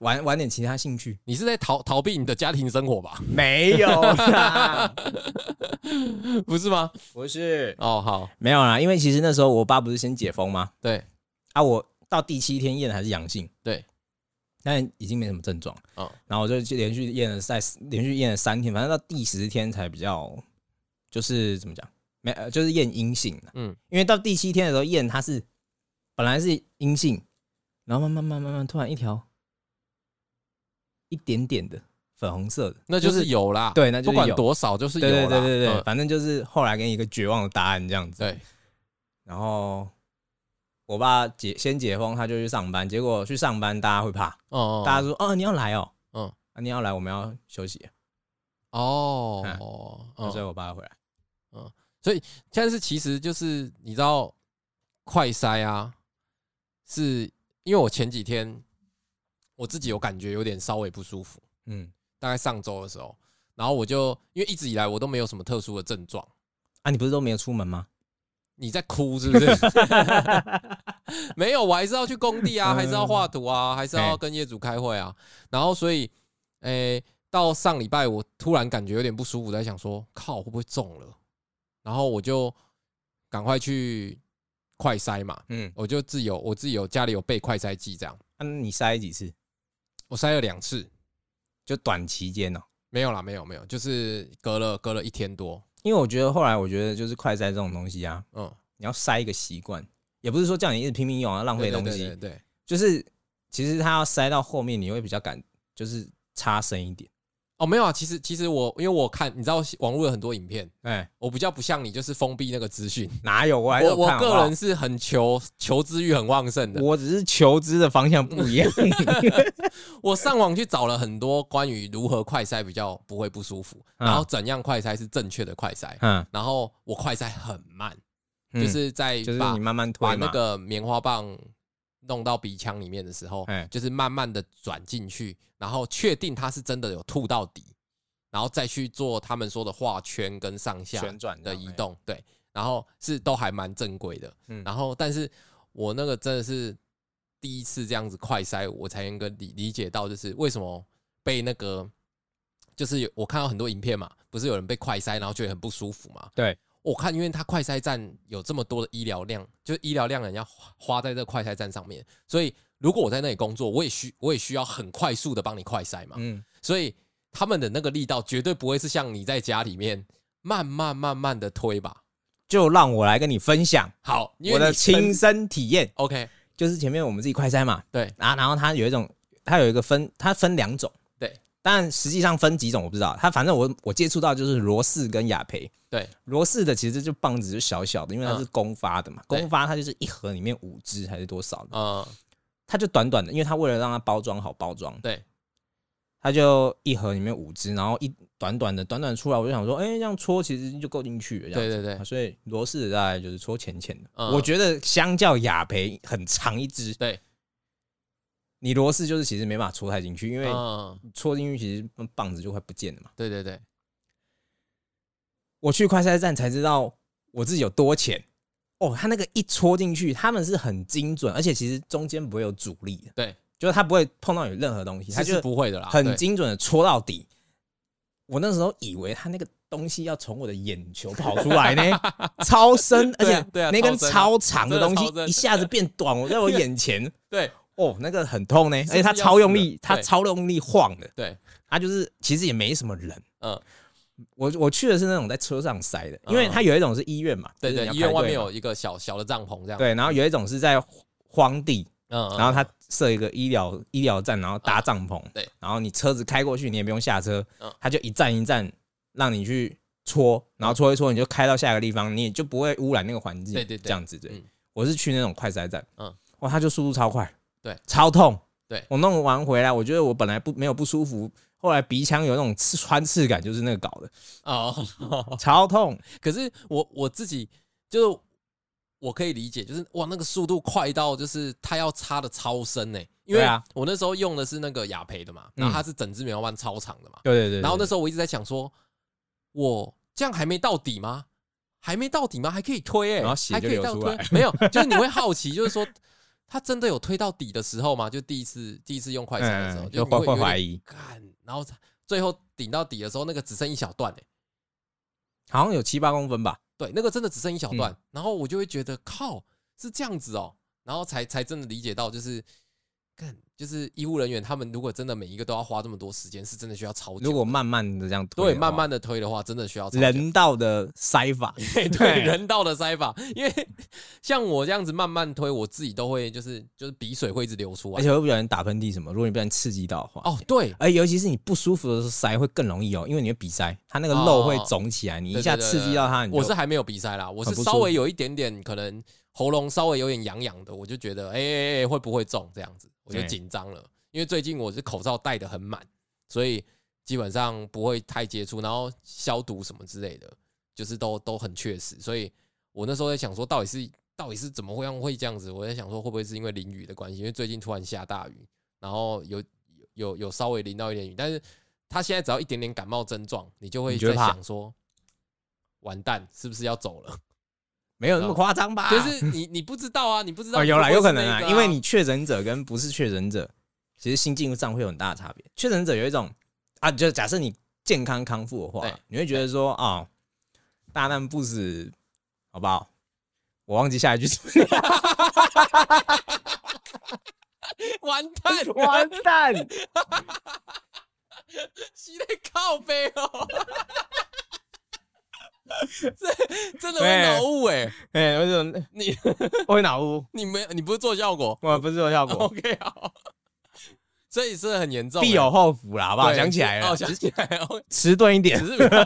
Speaker 2: 玩玩点其他兴趣。
Speaker 1: 你是在逃逃避你的家庭生活吧？
Speaker 2: 没有啦，
Speaker 1: 不是吗？
Speaker 2: 不是
Speaker 1: 哦，好，
Speaker 2: 没有啦，因为其实那时候我爸不是先解封吗？
Speaker 1: 对，
Speaker 2: 啊，我到第七天验还是阳性，
Speaker 1: 对，
Speaker 2: 但已经没什么症状。
Speaker 1: 哦
Speaker 2: 然后我就去连续验了在连续验了三天，反正到第十天才比较，就是怎么讲，没呃就是验阴性了
Speaker 1: 嗯，
Speaker 2: 因为到第七天的时候验它是本来是阴性，然后慢慢慢慢慢突然一条一点点的粉红色的，
Speaker 1: 那就是有啦，
Speaker 2: 对那就是
Speaker 1: 不管
Speaker 2: 有
Speaker 1: 多少就是有
Speaker 2: 对对
Speaker 1: 啦，
Speaker 2: 对对对，
Speaker 1: 嗯
Speaker 2: 反正就是后来给你一个绝望的答案这样子。
Speaker 1: 对，
Speaker 2: 然后我爸解先解封，他就去上班，结果去上班大家会怕，
Speaker 1: 哦，
Speaker 2: 大家说哦你要来哦，
Speaker 1: 嗯
Speaker 2: 嗯、啊、你要来我们要休息，
Speaker 1: 哦
Speaker 2: 嗯
Speaker 1: 哦，
Speaker 2: 所以
Speaker 1: 嗯
Speaker 2: 我爸回来。
Speaker 1: 但是其实就是你知道，快筛啊，是因为我前几天我自己有感觉有点稍微不舒服，
Speaker 2: 嗯，
Speaker 1: 大概上周的时候，然后我就因为一直以来我都没有什么特殊的症状。
Speaker 2: 啊，你不是都没有出门吗？
Speaker 1: 你在哭是不 是？没有，我还是要去工地
Speaker 2: 嗯
Speaker 1: 啊，还是要画图啊，还是要跟业主开会啊。然后所以，诶、到上礼拜我突然感觉有点不舒服，在想说靠会不会中了，然后我就赶快去快筛嘛，
Speaker 2: 嗯，
Speaker 1: 我就自己有我自己有家里有备快筛剂，这样
Speaker 2: 啊、你筛几次？
Speaker 1: 我筛了两次，
Speaker 2: 就短期间哦、
Speaker 1: 没有啦，没有没有，就是隔了隔了一天多，
Speaker 2: 因为我觉得后来我觉得就是快筛这种东西啊，
Speaker 1: 嗯，
Speaker 2: 你要筛一个习惯，也不是说叫你一直拼命用啊，浪费东
Speaker 1: 对
Speaker 2: 西。
Speaker 1: 对对对
Speaker 2: 就是其实它要塞到后面，你会比较感就是差深一点。
Speaker 1: 哦，没有啊，其实其实我因为我看你知道网络有很多影片。
Speaker 2: 哎、
Speaker 1: 我比较不像你，就是封闭那个资讯。
Speaker 2: 哪有？我还是
Speaker 1: 我
Speaker 2: 有
Speaker 1: 我
Speaker 2: 看好不
Speaker 1: 个
Speaker 2: 好
Speaker 1: 人是很求求知欲很旺盛的，我
Speaker 2: 我只是求知的方向不一 样。
Speaker 1: 上网去找了很多关于如何快筛比较不会不舒服，
Speaker 2: 嗯
Speaker 1: 然后怎样快筛是正确的快筛，
Speaker 2: 嗯，
Speaker 1: 然后我快筛很慢，
Speaker 2: 嗯
Speaker 1: 就是在
Speaker 2: 就是
Speaker 1: 把
Speaker 2: 你慢慢推
Speaker 1: 把
Speaker 2: 嘛。
Speaker 1: 那个棉花棒弄到鼻腔里面的时候
Speaker 2: 哎，
Speaker 1: 就是慢慢的转进去，然后确定它是真的有吐到底，然后再去做他们说的画圈跟上下
Speaker 2: 旋转这
Speaker 1: 的
Speaker 2: 样
Speaker 1: 移，动，对，然后是都还蛮正规的。
Speaker 2: 嗯
Speaker 1: 然后但是我那个真的是第一次这样子快筛，我才能够理理解到，就是为什么被那个，就是有我看到很多影片嘛，不是有人被快筛，然后觉得很不舒服嘛？
Speaker 2: 对，
Speaker 1: 我看因为他快筛站有这么多的医疗量，就是医疗量人要花花在这个快筛站上面，所以如果我在那里工作，我也需我也需要很快速的帮你快筛嘛，
Speaker 2: 嗯，
Speaker 1: 所以他们的那个力道绝对不会是像你在家里面慢慢慢慢的推吧。
Speaker 2: 就让我来跟你分享
Speaker 1: 好，因为
Speaker 2: 我的
Speaker 1: 你
Speaker 2: 亲
Speaker 1: 曾
Speaker 2: 身体验。
Speaker 1: OK，
Speaker 2: 就是前面我们自己快筛嘛，
Speaker 1: 对，
Speaker 2: 啊，然后它有一种，它有一个分，它分两种，
Speaker 1: 对，
Speaker 2: 但实际上分几种我不知道，它反正我我接触到就是罗氏跟雅培，
Speaker 1: 对，
Speaker 2: 罗氏的其实就棒子就小小的，因为它
Speaker 1: 嗯
Speaker 2: 是公发的嘛，
Speaker 1: 对
Speaker 2: 公发它就是一盒里面五支还是多少的，
Speaker 1: 呃，
Speaker 2: 它就短短的，因为它为了让它包装好包装，
Speaker 1: 对，
Speaker 2: 它就一盒里面五支，然后一短短的短短出来，我就想说，哎、这样搓其实就够进去了，这样
Speaker 1: 对
Speaker 2: 子
Speaker 1: 对对
Speaker 2: 啊所以罗氏的大概就是搓浅浅的，
Speaker 1: 嗯
Speaker 2: 我觉得相较雅培很长一支，
Speaker 1: 对，
Speaker 2: 你罗氏就是其实没办法戳太进去，因为
Speaker 1: 嗯，
Speaker 2: 戳进去其实棒子就快不见了嘛。
Speaker 1: 对对对，
Speaker 2: 我去快筛站才知道我自己有多浅哦，他那个一戳进去，他们是很精准，而且其实中间不会有阻力的，
Speaker 1: 对，
Speaker 2: 就是他不会碰到有任何东西，他
Speaker 1: 他
Speaker 2: 就是
Speaker 1: 不会的啦，
Speaker 2: 很
Speaker 1: 对
Speaker 2: 精准的戳到底。我那时候以为他那个东西要从我的眼球跑出 来呢，超深，而
Speaker 1: 对
Speaker 2: 且
Speaker 1: 啊对啊
Speaker 2: 那根
Speaker 1: 超深啊
Speaker 2: 超长的
Speaker 1: 真的
Speaker 2: 东西
Speaker 1: 超深
Speaker 2: 一下子变短，我在我 眼前，
Speaker 1: 对
Speaker 2: 哦，那个很痛呢，而
Speaker 1: 不是
Speaker 2: 且它
Speaker 1: 要
Speaker 2: 超用
Speaker 1: 死
Speaker 2: 力
Speaker 1: 了，
Speaker 2: 它
Speaker 1: 对
Speaker 2: 超用力晃的，
Speaker 1: 对，
Speaker 2: 它啊就是其实也没什么人。
Speaker 1: 嗯，
Speaker 2: 我我去的是那种在车上塞的，因为
Speaker 1: 嗯
Speaker 2: 它有一种是医院嘛，
Speaker 1: 对
Speaker 2: 就是
Speaker 1: 对，
Speaker 2: 你
Speaker 1: 医
Speaker 2: 要
Speaker 1: 院
Speaker 2: 排
Speaker 1: 外
Speaker 2: 队
Speaker 1: 面
Speaker 2: 嘛
Speaker 1: 有一个小小的帐篷这样，
Speaker 2: 对，然后有一种是在荒地，
Speaker 1: 嗯，嗯，
Speaker 2: 然后它设一个医疗医疗站，然后搭帐篷，
Speaker 1: 对，
Speaker 2: 然后你车子开过去，你也不用下车
Speaker 1: 嗯，
Speaker 2: 它就一站一站让你去搓，然后搓一搓你就开到下一个地方，你也就不会污染那个环境，
Speaker 1: 嗯对对对
Speaker 2: 这样子对
Speaker 1: 嗯。
Speaker 2: 我是去那种快塞站，嗯
Speaker 1: 嗯，
Speaker 2: 哇，它就速度超快，
Speaker 1: 对，
Speaker 2: 超痛，
Speaker 1: 对
Speaker 2: 我弄完回来，我觉得我本来不没有不舒服，后来鼻腔有那种刺穿刺感，就是那个搞的，
Speaker 1: 哦，
Speaker 2: 超痛。
Speaker 1: 可是我我自己就是我可以理解，就是哇，那个速度快到就是它要插的超深呢、因
Speaker 2: 对
Speaker 1: 为
Speaker 2: 啊嗯
Speaker 1: 我那时候用的是那个雅培的嘛，然后它是整支棉花棒超长的嘛，
Speaker 2: 对对对，
Speaker 1: 然后那
Speaker 2: 对
Speaker 1: 时候我一直在想说，我这样还没到底吗？还没到底吗？还可以推哎、欸，
Speaker 2: 然后血
Speaker 1: 还
Speaker 2: 就
Speaker 1: 可以
Speaker 2: 流
Speaker 1: 到
Speaker 2: 出
Speaker 1: 推
Speaker 2: 来
Speaker 1: 没有，就是你会好奇，就是说 他真的有推到底的时候吗？就第一次第一次用快餐的时候，
Speaker 2: 嗯
Speaker 1: 就
Speaker 2: 就会会怀
Speaker 1: 疑，
Speaker 2: 疑，
Speaker 1: 干，然后最后顶到底的时候，那个只剩一小段哎、
Speaker 2: 好像有七八公分吧，
Speaker 1: 对，那个真的只剩一小段，
Speaker 2: 嗯
Speaker 1: 然后我就会觉得靠是这样子哦、然后才才真的理解到就是。干，就是医护人员，他们如果真的每一个都要花这么多时间，是真的需要超久的。
Speaker 2: 如果慢慢的这样推的话，
Speaker 1: 对慢慢的推的话，真的需要超久
Speaker 2: 人道的塞法，
Speaker 1: 对对，人道的塞法，因为像我这样子慢慢推，我自己都会就是就是鼻水会一直流出
Speaker 2: 而
Speaker 1: 来。
Speaker 2: 且会不小心打喷嚏什么，如果你不小心刺激到的话，
Speaker 1: 哦，对，
Speaker 2: 而尤其是你不舒服的时候塞会更容易哦，因为你会鼻塞，它那个肉会肿起来，你一下
Speaker 1: 对对对
Speaker 2: 刺激到它，
Speaker 1: 对
Speaker 2: 你
Speaker 1: 我
Speaker 2: 就是
Speaker 1: 还没有鼻塞啦，我是
Speaker 2: 很不舒服
Speaker 1: 稍微有一点点可能喉咙稍微有点痒痒的，我就觉得哎哎哎会不会中这样子，我就
Speaker 2: 哎
Speaker 1: 紧张了，因为最近我是口罩戴的很满，所以基本上不会太接触，然后消毒什么之类的，就是都都很确实。所以我那时候在想说，到底是到底是怎么会让会这样子？我在想说，会不会是因为淋雨的关系？因为最近突然下大雨，然后有有有有稍微淋到一点雨，但是他现在只要一点点感冒症状，你就会
Speaker 2: 你就会
Speaker 1: 在
Speaker 2: 怕
Speaker 1: 想说，完蛋，是不是要走了？
Speaker 2: 没有那么夸张吧？
Speaker 1: 就是你你不知道啊，你不知道
Speaker 2: 啊哦，有啦，
Speaker 1: 会
Speaker 2: 有
Speaker 1: 不会
Speaker 2: 可
Speaker 1: 是
Speaker 2: 能啊，
Speaker 1: 那个啊，
Speaker 2: 因为你确诊者跟不是确诊者，其实心境上会有很大的差别。确诊者有一种啊，就假设你健康康复的话
Speaker 1: 对，
Speaker 2: 你会觉得说啊、哦，大难不死，好不好？我忘记下一句是什么，
Speaker 1: 完蛋了，
Speaker 2: 蛋！
Speaker 1: 吸在靠背哦， 这真的会
Speaker 2: 对
Speaker 1: 脑雾哎！
Speaker 2: 哎、我有种
Speaker 1: 你
Speaker 2: 我会脑雾，
Speaker 1: 你没有你不是做效果
Speaker 2: 我不是有效果，哦
Speaker 1: ？OK 好， 所以是很严重欸，
Speaker 2: 必有后福啦，好不好？
Speaker 1: 对
Speaker 2: 想起来了
Speaker 1: 哦，，想起来 了，
Speaker 2: 迟钝一点
Speaker 1: 只。是没有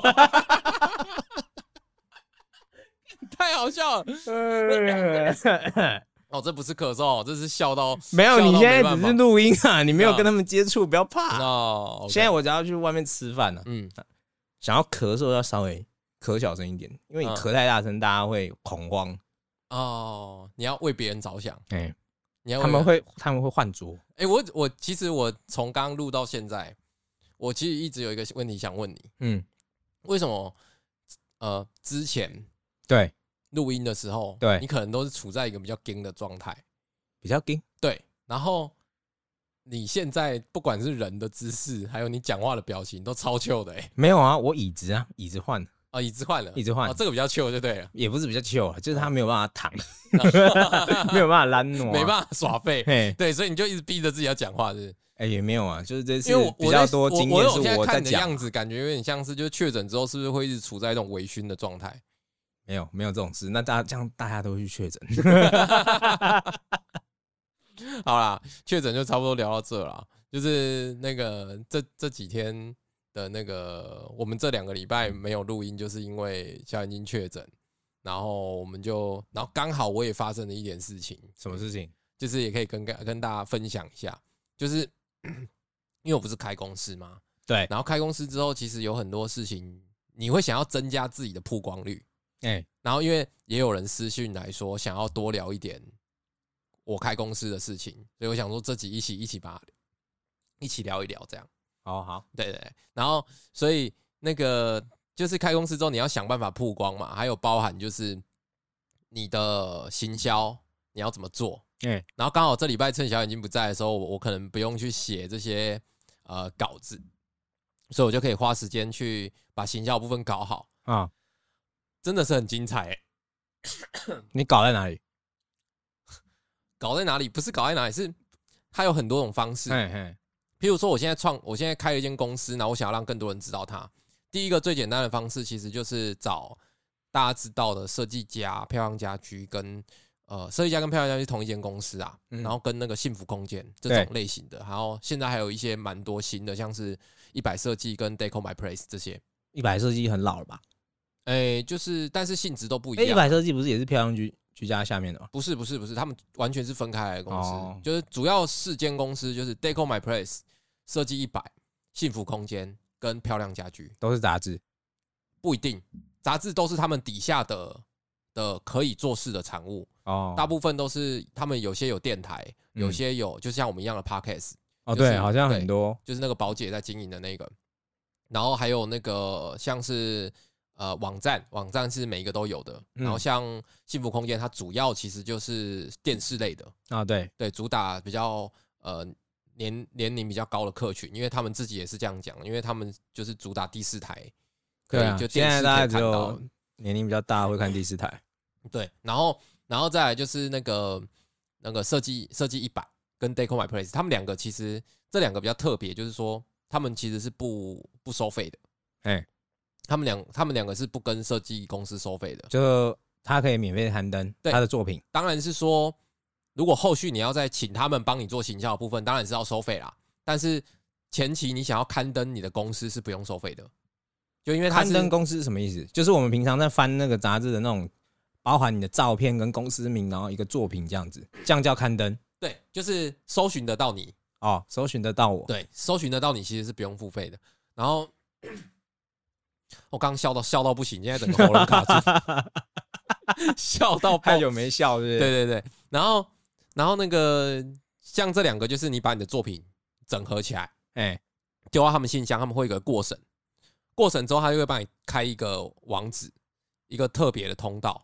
Speaker 1: 太好笑了
Speaker 2: 哎
Speaker 1: 哦！这不是咳嗽，这是笑到
Speaker 2: 没有，
Speaker 1: 笑到
Speaker 2: 你现在
Speaker 1: 办
Speaker 2: 只
Speaker 1: 法
Speaker 2: 是录音啊，你没有跟他们接触，不要怕。啊
Speaker 1: 哦。
Speaker 2: 现在
Speaker 1: OK
Speaker 2: 我只要去外面吃饭了、
Speaker 1: 嗯，
Speaker 2: 想要咳嗽要稍微咳小声一点，因为你
Speaker 1: 嗯
Speaker 2: 咳太大声，大家会恐慌，
Speaker 1: 哦，你要为别人着想，
Speaker 2: 哎、
Speaker 1: 你要
Speaker 2: 他
Speaker 1: 为
Speaker 2: 们会他们会换桌，
Speaker 1: 哎、我我其实我从刚录到现在，我其实一直有一个问题想问你，
Speaker 2: 嗯，
Speaker 1: 为什么呃之前
Speaker 2: 对，
Speaker 1: 录音的时候，
Speaker 2: 对
Speaker 1: 你可能都是处在一个比较惊的状态，
Speaker 2: 比较硬，
Speaker 1: 对，然后你现在不管是人的姿势，还有你讲话的表情，都超 chill 的、欸，哎，
Speaker 2: 没有啊，我椅子啊，椅子换了
Speaker 1: 啊，椅子换了，
Speaker 2: 椅子换
Speaker 1: 哦，这个比较 chill 就对 了，
Speaker 2: 也不是比较旧啊，就是他没有办法躺， 没有办法懒挪、
Speaker 1: 没
Speaker 2: 法，
Speaker 1: 办法耍废。
Speaker 2: 嘿，
Speaker 1: 对，所以你就一直逼着自己要讲话，是不是？
Speaker 2: 哎、也没有啊，就是这次
Speaker 1: 因为我
Speaker 2: 比
Speaker 1: 我
Speaker 2: 较
Speaker 1: 在
Speaker 2: 多
Speaker 1: 我
Speaker 2: 经
Speaker 1: 我
Speaker 2: 验
Speaker 1: 有现
Speaker 2: 是
Speaker 1: 在
Speaker 2: 我在
Speaker 1: 看你的
Speaker 2: 讲
Speaker 1: 样
Speaker 2: 啊，
Speaker 1: 子，感觉有点像是就是确诊之后，是不是会一直处在一种微醺的状态？
Speaker 2: 没有没有这种事，那大家这样大家都会去确诊，
Speaker 1: 好啦，确诊就差不多聊到这啦。就是那个这这几天的那个，我们这两个礼拜没有录音，就是因为小眼睛确诊，然后我们就，然后刚好我也发生了一点事情，
Speaker 2: 什么事情？
Speaker 1: 就是也可以跟跟跟大家分享一下，就是 因为我不是开公司嘛，
Speaker 2: 对，
Speaker 1: 然后开公司之后，其实有很多事情你会想要增加自己的曝光率，
Speaker 2: 哎、
Speaker 1: 然后因为也有人私讯来说想要多聊一点我开公司的事情，所以我想说这集一起一起把一起聊一聊这样。
Speaker 2: 好好，
Speaker 1: 对对对，然后所以那个就是开公司之后你要想办法曝光嘛，还有包含就是你的行销你要怎么做。
Speaker 2: 哎、
Speaker 1: 然后刚好这礼拜趁小眼睛不在的时候，我我可能不用去写这些呃稿子，所以我就可以花时间去把行销部分搞好，
Speaker 2: 啊，
Speaker 1: 真的是很精彩、欸。
Speaker 2: 你搞在哪里？
Speaker 1: 搞在哪里？不是搞在哪里，是它有很多种方式。
Speaker 2: 嘿嘿，
Speaker 1: 譬如说，我现在创，我现在开了一间公司，然后我想要让更多人知道它。第一个最简单的方式，其实就是找大家知道的设计家、漂亮家居跟呃设计家跟漂亮家居同一间公司啊，
Speaker 2: 嗯
Speaker 1: 然后跟那个幸福空间这
Speaker 2: 对
Speaker 1: 种类型的，然后现在还有一些蛮多新的，像是一百设计跟 Deco My Place 这些，
Speaker 2: 一百设计很老了吧？
Speaker 1: 哎，就是但是性质都不一
Speaker 2: 哎、一
Speaker 1: 样。
Speaker 2: 百设计不是也是漂亮居居家下面的吗？
Speaker 1: 不是不是不是，他们完全是分开来的公司，
Speaker 2: 哦
Speaker 1: 就是主要四间公司就是 Deco My Place、设计一百、幸福空间跟漂亮家居，
Speaker 2: 都是杂志。
Speaker 1: 不一定杂志都是他们底下的的可以做事的产物，
Speaker 2: 哦，
Speaker 1: 大部分都是他们有些有电台，
Speaker 2: 嗯
Speaker 1: 有些有就像我们一样的 Podcast，
Speaker 2: 哦，
Speaker 1: 就是
Speaker 2: 对，好像很多
Speaker 1: 就是那个宝姐在经营的那个，然后还有那个像是呃网站，网站是每一个都有的，
Speaker 2: 嗯
Speaker 1: 然后像幸福空间，它主要其实就是电视类的。
Speaker 2: 啊，对，
Speaker 1: 对，主打比较呃年年龄比较高的客群，因为他们自己也是这样讲，因为他们就是主打第四台，可
Speaker 2: 对啊
Speaker 1: 以就
Speaker 2: 现
Speaker 1: 电
Speaker 2: 在
Speaker 1: 视
Speaker 2: 大
Speaker 1: 可
Speaker 2: 家
Speaker 1: 以
Speaker 2: 只
Speaker 1: 看到
Speaker 2: 有。年龄比较大会看第四台。
Speaker 1: 对，然后然后再来就是那个那个设计设计一百跟 Deco My Place，他们两个其实这两个比较特别，就是说他们其实是不不收费的，
Speaker 2: 哎，
Speaker 1: 他们两他们两个是不跟设计公司收费的。
Speaker 2: 就他可以免费刊登
Speaker 1: 对
Speaker 2: 他的作品。
Speaker 1: 当然是说，如果后续你要再请他们帮你做行销的部分，当然是要收费啦。但是前期你想要刊登你的公司是不用收费的，就因为它
Speaker 2: 刊
Speaker 1: 是
Speaker 2: 登公司是什么意思？就是我们平常在翻那个杂志的那种，包含你的照片跟公司名，然后一个作品这样子，这样叫刊登
Speaker 1: 对，就是搜寻得到你，
Speaker 2: 哦，搜寻得到我。
Speaker 1: 对，搜寻得到你其实是不用付费的。然后 我刚笑到笑到不行，现在整个喉咙 卡住， 笑到爆
Speaker 2: 太。久没笑，是不是？
Speaker 1: 对对对，然后然后那个像这两个，就是你把你的作品整合起来，
Speaker 2: 哎，
Speaker 1: 丢到他们信箱，他们会有一个过审，过审之后，他就会帮你开一个网址，一个特别的通道，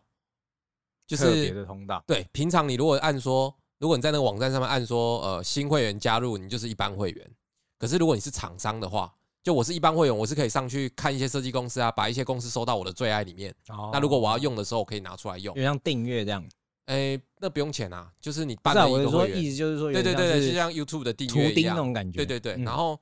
Speaker 1: 就
Speaker 2: 特别
Speaker 1: 是
Speaker 2: 的通道，
Speaker 1: 对，平常你如果按说，如果你在那个网站上面按说，呃，新会员加入，你就是一般会员。可是如果你是厂商的话，就我是一般会员，我是可以上去看一些设计公司啊，把一些公司收到我的最爱里面。那
Speaker 2: 那
Speaker 1: 如果我要用的时候，我可以拿出来用
Speaker 2: 哦有。点像订阅这样，
Speaker 1: 哎，那不用钱啊，就是你
Speaker 2: 不
Speaker 1: 办
Speaker 2: 是啊
Speaker 1: 了一
Speaker 2: 我是
Speaker 1: 个
Speaker 2: 说
Speaker 1: 会
Speaker 2: 意
Speaker 1: 员，
Speaker 2: 思就是说，
Speaker 1: 对对对对，
Speaker 2: 是
Speaker 1: 就像 YouTube 的订
Speaker 2: 图
Speaker 1: 阅一
Speaker 2: 钉那
Speaker 1: 样，
Speaker 2: 种感觉，
Speaker 1: 对对对，
Speaker 2: 嗯
Speaker 1: 然后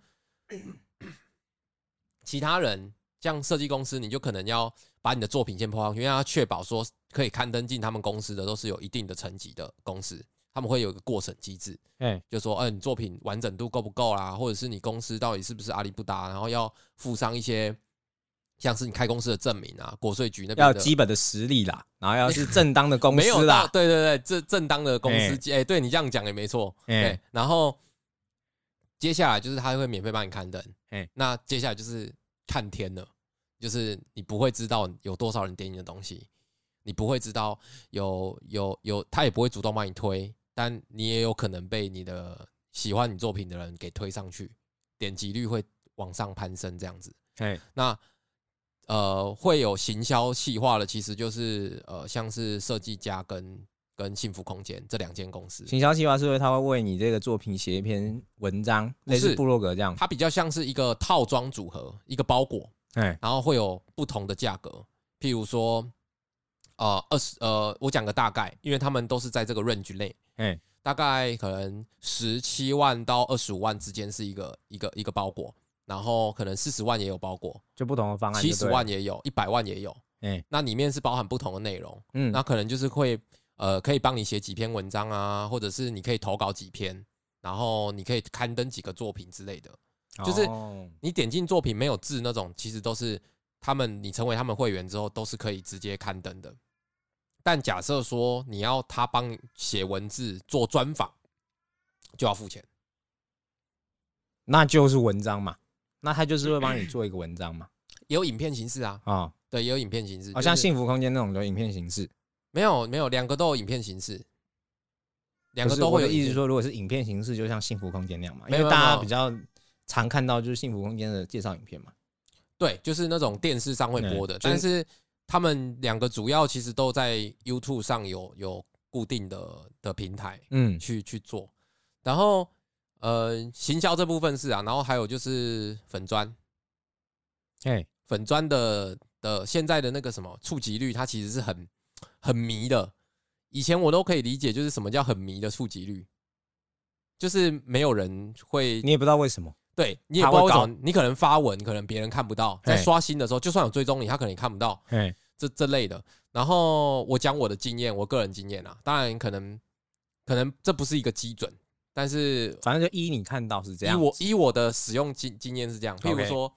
Speaker 1: 其他人像设计公司，你就可能要把你的作品先抛上去，因为要确保说可以刊登进他们公司的都是有一定的层级的公司，他们会有一个过审机制，
Speaker 2: 哎
Speaker 1: 就说，嗯、你作品完整度够不够啦，或者是你公司到底是不是阿里不达，然后要附上一些像是你开公司的证明啊，国税局那
Speaker 2: 要
Speaker 1: 边
Speaker 2: 有
Speaker 1: 的
Speaker 2: 基本的实力啦，然后要是正当的公
Speaker 1: 没有
Speaker 2: 司
Speaker 1: 到，
Speaker 2: 啦，
Speaker 1: 对对对，这正当的公司，哎、对你这样讲也没错，哎、
Speaker 2: 哎
Speaker 1: 然后接下来就是他会免费帮你刊登，哎、
Speaker 2: 哎
Speaker 1: 那接下来就是看天了，就是你不会知道有多少人点你的东西，你不会知道有有有，他也不会主动帮你推，但你也有可能被你的喜欢你作品的人给推上去，点击率会往上攀升这样子，
Speaker 2: 哎
Speaker 1: 那呃，会有行销细化的，其实就是呃，像是设计家跟跟幸福空间这两间公司，
Speaker 2: 行销计划是会他会为你这个作品写一篇文章，
Speaker 1: 不
Speaker 2: 类似
Speaker 1: 是
Speaker 2: 部落格这样，
Speaker 1: 它比较像是一个套装组合，一个包裹，
Speaker 2: 哎
Speaker 1: 然后会有不同的价格，譬如说，呃，二十呃，我讲个大概，因为他们都是在这个 range 内，
Speaker 2: 哎
Speaker 1: 大概可能十七万到二十五万之间是一个一个一个包裹，然后可能四十万也有包裹，
Speaker 2: 就不同的方案，
Speaker 1: 七十万，也有，一百万也有，
Speaker 2: 哎
Speaker 1: 那里面是包含不同的内容。
Speaker 2: 嗯，
Speaker 1: 那可能就是会呃，可以帮你写几篇文章啊，或者是你可以投稿几篇，然后你可以刊登几个作品之类的。就是
Speaker 2: 哦
Speaker 1: 你点进作品没有字那种，其实都是他们你成为他们会员之后都是可以直接刊登的。但假设说你要他帮你写文字做专访，就要付钱。
Speaker 2: 那就是文章嘛，那他就是会
Speaker 1: 嗯
Speaker 2: 帮你做一个文章嘛，
Speaker 1: 也有影片形式啊，
Speaker 2: 啊，
Speaker 1: 对，也有影片形式，
Speaker 2: 好像
Speaker 1: 就是
Speaker 2: 幸福空间那种的影片形式，
Speaker 1: 没有没有两个都有影片形式，两
Speaker 2: 不
Speaker 1: 个
Speaker 2: 是
Speaker 1: 都
Speaker 2: 我
Speaker 1: 会有
Speaker 2: 的意思
Speaker 1: 影片
Speaker 2: 说，如果是影片形式，就像幸福空间那样嘛，
Speaker 1: 没
Speaker 2: 因
Speaker 1: 有
Speaker 2: 为大
Speaker 1: 没有
Speaker 2: 家比较常看到就是幸福空间的介绍影片嘛，
Speaker 1: 对，就是那种电视上会播的，
Speaker 2: 嗯
Speaker 1: 但是他们两个主要其实都在 YouTube 上有有固定的的平台
Speaker 2: 嗯，
Speaker 1: 去去做，然后呃，行销这部分是啊，然后还有就是粉砖，
Speaker 2: 哎，
Speaker 1: 粉砖的的现在的那个什么触及率，它其实是很很迷的。以前我都可以理解，就是什么叫很迷的触及率，就是没有人会
Speaker 2: 你也不知道为什么，
Speaker 1: 对你也
Speaker 2: 它
Speaker 1: 不知道
Speaker 2: 会
Speaker 1: 为什
Speaker 2: 高
Speaker 1: 么，你可能发文，可能别人看不到，在
Speaker 2: 嘿
Speaker 1: 刷新的时候，就算有追踪你，他可能也看不到
Speaker 2: 哎，
Speaker 1: 这这类的。然后我讲我的经验，我个人经验啊，当然可能可能这不是一个基准，但是
Speaker 2: 反正就依你看到是这
Speaker 1: 以
Speaker 2: 样，
Speaker 1: 我以我的使用经经验是这样，譬如
Speaker 2: OK
Speaker 1: 说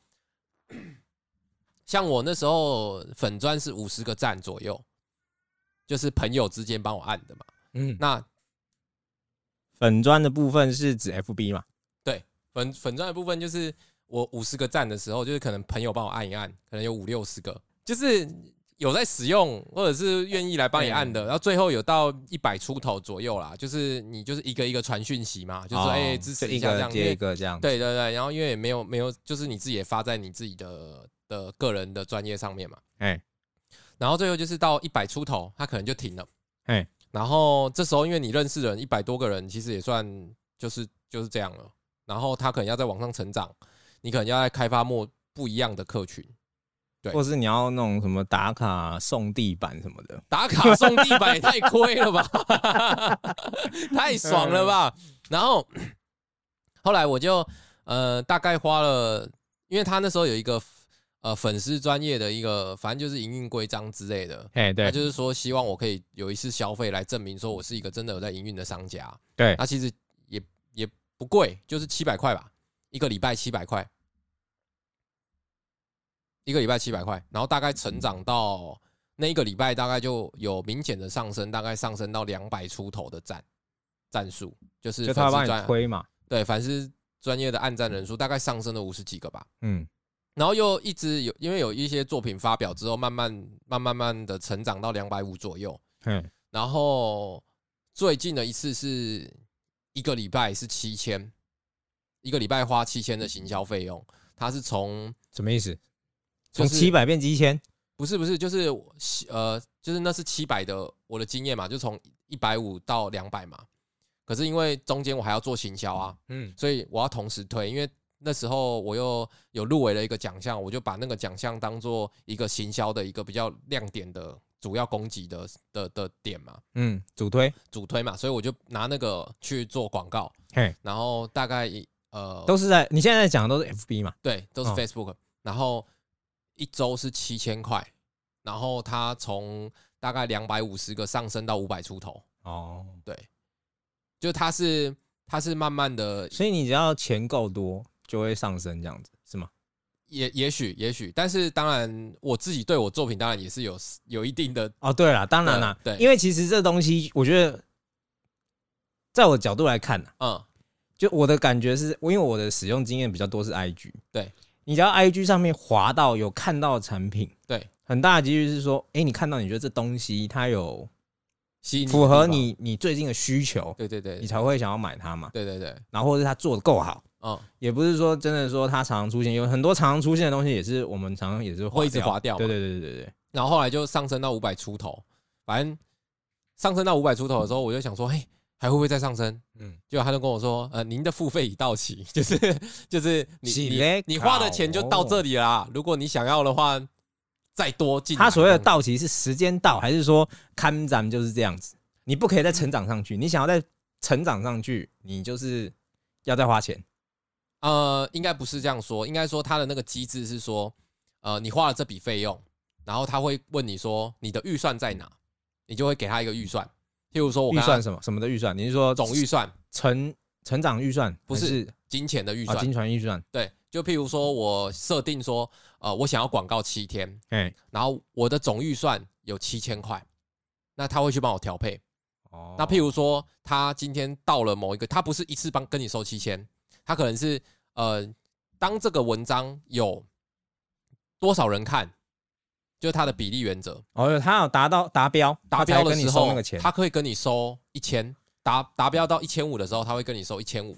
Speaker 1: 像我那时候粉砖是五十个赞左右，就是朋友之间帮我按的嘛。
Speaker 2: 嗯，
Speaker 1: 那
Speaker 2: 粉砖的部分是指 FB 嘛？
Speaker 1: 粉粉钻的部分就是我五十个赞的时候，就是可能朋友帮我按一按，可能有五六十个，就是有在使用或者是愿意来帮你按
Speaker 2: 嗯
Speaker 1: 的，然后最后有到一百出头左右啦，就是你就是一个一个传讯息嘛，就是
Speaker 2: 哦
Speaker 1: 哎、支持
Speaker 2: 就一
Speaker 1: 下这
Speaker 2: 个
Speaker 1: 样，因
Speaker 2: 接一
Speaker 1: 为
Speaker 2: 个这样。，
Speaker 1: 对对对，然后因为也没有没有，就是你自己也发在你自己的的个人的专业上面嘛，
Speaker 2: 哎
Speaker 1: 然后最后就是到一百出头，他可能就停了。
Speaker 2: 哎，
Speaker 1: 然后这时候因为你认识的人一百多个人，其实也算就是就是这样了。然后他可能要在往上成长，你可能要在开发莫不一样的客群，对
Speaker 2: 或是你要那种什么打卡送地板什么的，
Speaker 1: 打卡送地板也太亏了吧，太爽了吧。然后 后来我就呃大概花了，因为他那时候有一个呃粉丝专业的一个，反正就是营运规章之类的，
Speaker 2: 哎，
Speaker 1: 他就是说希望我可以有一次消费来证明说我是一个真的有在营运的商家。
Speaker 2: 对
Speaker 1: 那其实也也不贵，就是七百块吧，一个礼拜七百块，一个礼拜七百块，然后大概成长到那一个礼拜大概就有明显的上升，大概上升到两百出头的赞赞数，就是
Speaker 2: 就他
Speaker 1: 粉
Speaker 2: 帮
Speaker 1: 丝
Speaker 2: 你
Speaker 1: 专啊
Speaker 2: 推嘛，
Speaker 1: 对粉丝专业的按赞人数大概上升了五十几个吧。
Speaker 2: 嗯，
Speaker 1: 然后又一直有，因为有一些作品发表之后，慢慢慢慢慢的成长到两百五左右。
Speaker 2: 嗯，
Speaker 1: 然后最近的一次是一个礼拜是七千，一个礼拜花七千的行销费用。它是从
Speaker 2: 什么意思？
Speaker 1: 就
Speaker 2: 从
Speaker 1: 是
Speaker 2: 七百变七千？
Speaker 1: 不是不是就是我呃就是那是七百的我的经验嘛，就从一百五到两百嘛。可是因为中间我还要做行销啊，
Speaker 2: 嗯，
Speaker 1: 所以我要同时推，因为那时候我又有入围了一个奖项，我就把那个奖项当做一个行销的一个比较亮点的主要攻击的的的点嘛，
Speaker 2: 嗯，主推，
Speaker 1: 主推嘛，所以我就拿那个去做广告，
Speaker 2: 嘿，
Speaker 1: 然后大概一呃
Speaker 2: 都是在你现在在讲的都是 FB 嘛？
Speaker 1: 对都是
Speaker 2: 哦
Speaker 1: Facebook，、然后一周是七千块，然后它从大概两百五十个上升到五百出头，
Speaker 2: 哦，
Speaker 1: 对，就它是它是慢慢的
Speaker 2: 所以你只要钱够多，就会上升，这样子是吗？
Speaker 1: 也也许也许，但是当然我自己对我作品当然也是有有一定的
Speaker 2: 哦，对了，当然啦，
Speaker 1: 对对
Speaker 2: 因为其实这东西，我觉得，在我角度来看呢、
Speaker 1: 嗯
Speaker 2: 就我的感觉是，我因为我的使用经验比较多是 IG，
Speaker 1: 对
Speaker 2: 你只要 IG 上面滑到有看到的产品，
Speaker 1: 对，
Speaker 2: 很大的几率是说，哎、你看到你觉得这东西它有
Speaker 1: 吸引的
Speaker 2: 符合
Speaker 1: 地方，
Speaker 2: 你你最近的需求，
Speaker 1: 对对对
Speaker 2: 你才会想要买它嘛，
Speaker 1: 对对对，
Speaker 2: 然后或者是它做的够好。
Speaker 1: 嗯，
Speaker 2: 也不是说真的说它常常出现，有很多常常出现的东西也是我们常常也是
Speaker 1: 会一直
Speaker 2: 掉
Speaker 1: 滑掉嘛
Speaker 2: 对对对对对对，
Speaker 1: 然后后来就上升到五百出头，反正上升到五百出头的时候，我就想说，嘿，还会不会再上升？
Speaker 2: 嗯，
Speaker 1: 结果他就跟我说，呃，您的付费已到期，就是就是你
Speaker 2: 是
Speaker 1: 你
Speaker 2: 嘞哦
Speaker 1: 你花的钱就到这里啦，如果你想要的话，再多进来。
Speaker 2: 他所谓的到期是时间到，还是说看展就是这样子？你不可以再成长上去，你想要再成长上去，你就是要再花钱。
Speaker 1: 呃，应该不是这样说，应该说他的那个机制是说，呃，你花了这笔费用，然后他会问你说你的预算在哪，你就会给他一个预算。譬如说我
Speaker 2: 预
Speaker 1: 跟他
Speaker 2: 算什么什么的预算？你是说
Speaker 1: 总预算，
Speaker 2: 成成长预算？
Speaker 1: 不是
Speaker 2: 还是
Speaker 1: 金钱的预
Speaker 2: 啊，
Speaker 1: 算，
Speaker 2: 金船预算？
Speaker 1: 对，就譬如说我设定说，呃，我想要广告七天，
Speaker 2: 哎，
Speaker 1: 然后我的总预算有七千块，那他会去帮我调配。
Speaker 2: 哦
Speaker 1: 那譬如说，他今天到了某一个，他不是一次帮跟你收七千，他可能是呃，当这个文章有多少人看，就是他的比例原则。
Speaker 2: 哦，他有达到达标，
Speaker 1: 达标
Speaker 2: 他才
Speaker 1: 的
Speaker 2: 跟
Speaker 1: 时
Speaker 2: 你收那
Speaker 1: 候
Speaker 2: 个，钱。
Speaker 1: 他可以跟你收一千，达达标到一千五的时候，他会跟你收一千五，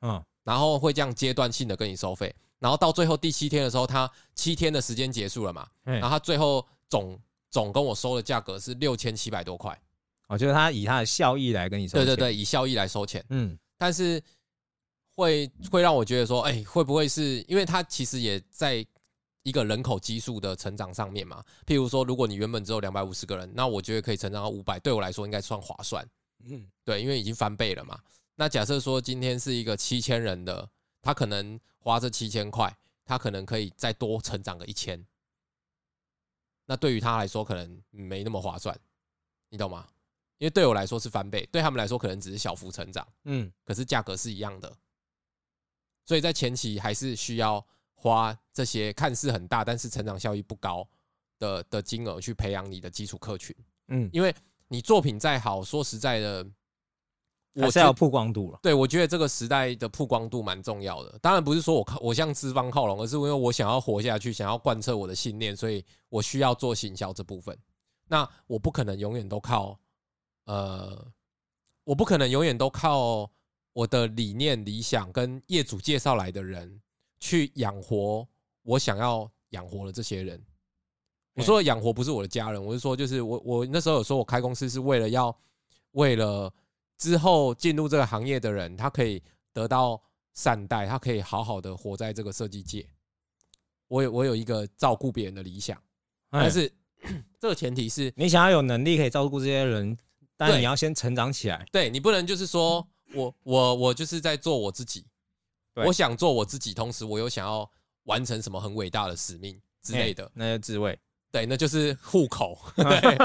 Speaker 2: 嗯，
Speaker 1: 然后会这样阶段性的跟你收费，然后到最后第七天的时候，他七天的时间结束了嘛，
Speaker 2: 哎
Speaker 1: 然后他最后总总跟我收的价格是六千七百多块，
Speaker 2: 哦，就是他以他的效益来跟你收。
Speaker 1: 对对，对，以效益来收钱，
Speaker 2: 嗯，
Speaker 1: 但是会会让我觉得说，哎、会不会是因为它其实也在一个人口基数的成长上面嘛？譬如说，如果你原本只有两百五十个人，那我觉得可以成长到五百，对我来说应该算划算。嗯
Speaker 2: 嗯，
Speaker 1: 对，因为已经翻倍了嘛。那假设说今天是一个七千人的，他可能花这七千块，他可能可以再多成长个一千。那对于他来说，可能没那么划算，你懂吗？因为对我来说是翻倍，对他们来说可能只是小幅成长。
Speaker 2: 嗯，
Speaker 1: 可是价格是一样的，所以在前期还是需要花这些看似很大，但是成长效益不高的的金额去培养你的基础客群，
Speaker 2: 嗯，
Speaker 1: 因为你作品再好，说实在的，
Speaker 2: 还
Speaker 1: 我
Speaker 2: 是要有
Speaker 1: 觉
Speaker 2: 曝光度了。
Speaker 1: 对我觉得这个时代的曝光度蛮重要的。当然不是说我靠我向资方靠拢，而是因为我想要活下去，想要贯彻我的信念，所以我需要做行销这部分。那我不可能永远都靠，呃，我不可能永远都靠我的理念、理想跟业主介绍来的人去养活我想要养活的这些人。我说的养活不是我的家人，我是说就是我我那时候有说我开公司是为了要为了之后进入这个行业的人，他可以得到善待，他可以好好的活在这个设计界。我有我有一个照顾别人的理想，但
Speaker 2: 哎
Speaker 1: 是 这个前提是
Speaker 2: 你想要有能力可以照顾这些人，但
Speaker 1: 对
Speaker 2: 你要先成长起来。
Speaker 1: 对你不能就是说我我我就是在做我自己，
Speaker 2: 对
Speaker 1: 我想做我自己，同时我又想要完成什么很伟大的使命之类的
Speaker 2: 哎，那些智慧。
Speaker 1: 对，那就是户 口，对，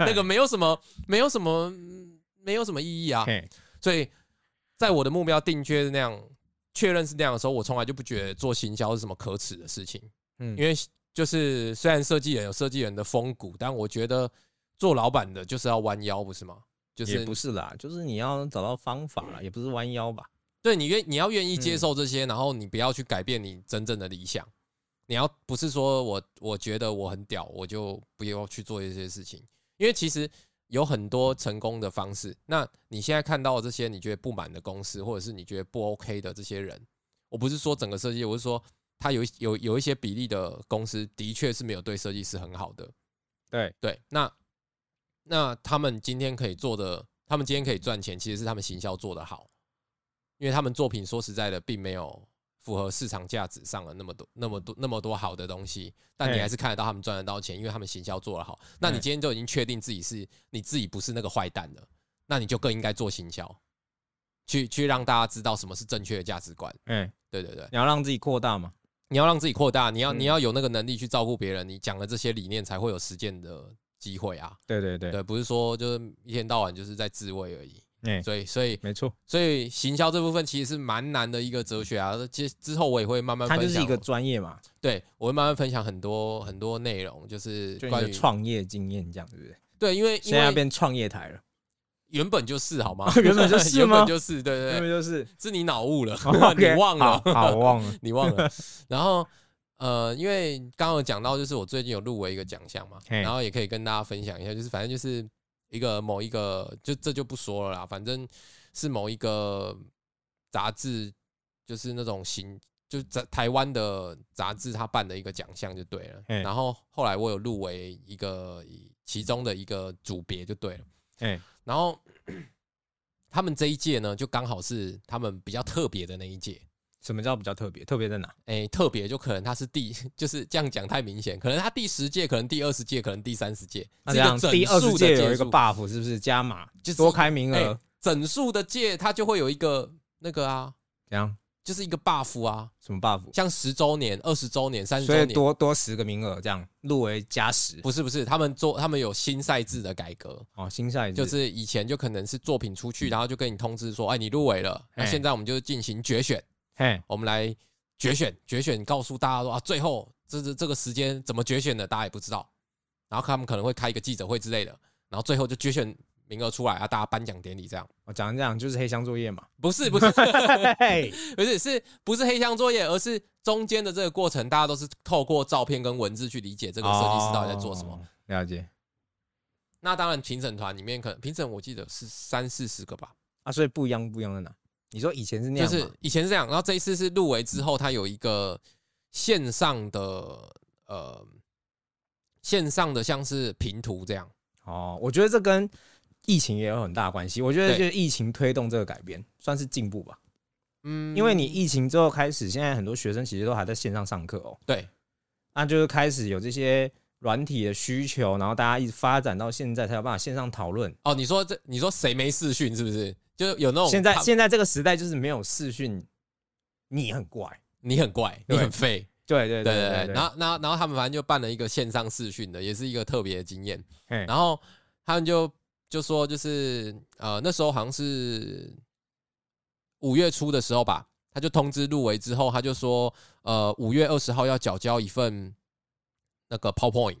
Speaker 1: 那个没有什么没有什么嗯没有什么意义啊。
Speaker 2: 嘿
Speaker 1: 所以在我的目标定确是那样，确认是那样的时候，我从来就不觉得做行销是什么可耻的事情，
Speaker 2: 嗯
Speaker 1: 因为就是虽然设计人有设计人的风骨，但我觉得做老板的就是要弯腰，不是吗？就
Speaker 2: 也
Speaker 1: 是
Speaker 2: 不是啦，就是你要找到方法啦，也不是弯腰吧？
Speaker 1: 对你愿你要愿意接受这些，然后你不要去改变你真正的理想。你要不是说我我觉得我很屌，我就不要去做这些事情，因为其实有很多成功的方式。那你现在看到的这些你觉得不满的公司，或者是你觉得不 OK 的这些人，我不是说整个设计，我是说他有一有有一些比例的公司的确是没有对设计师很好的。
Speaker 2: 对
Speaker 1: 对，那那他们今天可以做的，他们今天可以赚钱，其实是他们行销做得好，因为他们作品说实在的，并没有符合市场价值上的那么多、那么多、那么多好的东西，但你
Speaker 2: 嘿
Speaker 1: 还是看得到他们赚得到钱，因为他们行销做得好。那你
Speaker 2: 嗯
Speaker 1: 今天就已经确定自己是你自己不是那个坏蛋了，那你就更应该做行销，去去让大家知道什么是正确的价值观。
Speaker 2: 嗯、
Speaker 1: 对对对，
Speaker 2: 你要让自己扩大嘛，
Speaker 1: 你要让自己扩大，你要你
Speaker 2: 嗯
Speaker 1: 要有那个能力去照顾别人，你讲的这些理念才会有实践的机会啊。
Speaker 2: 对对对，
Speaker 1: 对，不是说就是一天到晚就是在自慰而已。
Speaker 2: 哎、
Speaker 1: 所以，所以，
Speaker 2: 没错，
Speaker 1: 所以行销这部分其实是蛮难的一个哲学啊。之之后我也会慢慢
Speaker 2: 它
Speaker 1: 分享，哦
Speaker 2: 就是一个专业嘛，
Speaker 1: 对我会慢慢分享很多很多内容，就是
Speaker 2: 就你
Speaker 1: 关
Speaker 2: 的
Speaker 1: 于
Speaker 2: 创业经验这样，对不对？
Speaker 1: 对，因为因
Speaker 2: 现在要
Speaker 1: 为
Speaker 2: 变创业台了，？
Speaker 1: 原本就是好吗
Speaker 2: 原本就 是
Speaker 1: 原
Speaker 2: 吗
Speaker 1: 本就是，对对
Speaker 2: 因
Speaker 1: 对，
Speaker 2: 为就是
Speaker 1: 是你脑雾了
Speaker 2: OK，
Speaker 1: 你忘了，
Speaker 2: 好好我忘了，
Speaker 1: 你忘了。然后呃，因为刚刚有讲到，就是我最近有入围一个奖项嘛，
Speaker 2: 嘿
Speaker 1: 然后也可以跟大家分享一下，就是反正就是一个某一个，就这就不说了啦，反正是某一个杂志，就是那种行，就是在台湾的杂志他办的一个奖项就对了。
Speaker 2: 嘿
Speaker 1: 然后后来我有入围一个其中的一个组别就对了。
Speaker 2: 哎、
Speaker 1: 然后 他们这一届呢，就刚好是他们比较特别的那一届，
Speaker 2: 什么叫比较特别？特别在哪？
Speaker 1: 哎、特别就可能他是第， 就是这样讲太明显，可能他第十届，可能第二十届，可能第三十届，
Speaker 2: 那
Speaker 1: 是一
Speaker 2: 这样
Speaker 1: 个
Speaker 2: 第二
Speaker 1: 整
Speaker 2: 十
Speaker 1: 数的
Speaker 2: 届有一
Speaker 1: 届
Speaker 2: 个
Speaker 1: 数，
Speaker 2: buff 是不是加码，
Speaker 1: 就是
Speaker 2: 多开名额
Speaker 1: 哎？整数的届它就会有一个那个啊，
Speaker 2: 怎样？
Speaker 1: 就是一个 buff 啊，
Speaker 2: 什么 buff？
Speaker 1: 像十周年、二十周年、三十
Speaker 2: 所
Speaker 1: 周
Speaker 2: 以
Speaker 1: 年，
Speaker 2: 多多十个名额，这样入围加十
Speaker 1: 不是不是，他们做他们有新赛制的改革，
Speaker 2: 哦，新赛制
Speaker 1: 就是以前就可能是作品出
Speaker 2: 嗯
Speaker 1: 去，然后就跟你通知说，哎，你入围了，那
Speaker 2: 哎
Speaker 1: 现在我们就进行决选，
Speaker 2: 嘿，
Speaker 1: 我们来决选，决选告诉大家说啊，最后这这这个时间怎么决选的，大家也不知道。然后他们可能会开一个记者会之类的，然后最后就决选名额出来啊，大家颁奖典礼这样。
Speaker 2: 我哦讲成这样就是黑箱作业嘛。
Speaker 1: 不是不是
Speaker 2: 嘿
Speaker 1: 不是，是不是黑箱作业，而是中间的这个过程，大家都是透过照片跟文字去理解 这个设计师到底在做什么。
Speaker 2: 哦？了解
Speaker 1: 那当然，评审团里面可能评审我记得是三四十个吧，
Speaker 2: 啊，所以不一样不一样在哪？你说以前是那
Speaker 1: 就
Speaker 2: 样嘛，
Speaker 1: 是以前是这样，然后这一次是入围之后，它有一个线上的呃线上的像是平图这样，
Speaker 2: 哦，我觉得这跟疫情也有很大关系。我觉得
Speaker 1: 对
Speaker 2: 就是疫情推动这个改变，算是进步吧。
Speaker 1: 嗯
Speaker 2: 因为你疫情之后开始，现在很多学生其实都还在线上上课哦，
Speaker 1: 对
Speaker 2: 那就是开始有这些软体的需求，然后大家一直发展到现在才有办法线上讨论。
Speaker 1: 哦，你说这你说谁没视讯是不是？就是有那种
Speaker 2: 现在
Speaker 1: 他
Speaker 2: 现在这个时代就是没有视讯，你很怪。
Speaker 1: 你很怪，
Speaker 2: 对
Speaker 1: 你很废，
Speaker 2: 对对
Speaker 1: 对对
Speaker 2: 对
Speaker 1: 对然后然后然后他们反正就办了一个线上视讯的，也是一个特别的经验。
Speaker 2: 嘿
Speaker 1: 然后他们就就说就是呃那时候好像是五月初的时候吧，他就通知入围之后，他就说呃五月二十号要缴交一份那个 PowerPoint，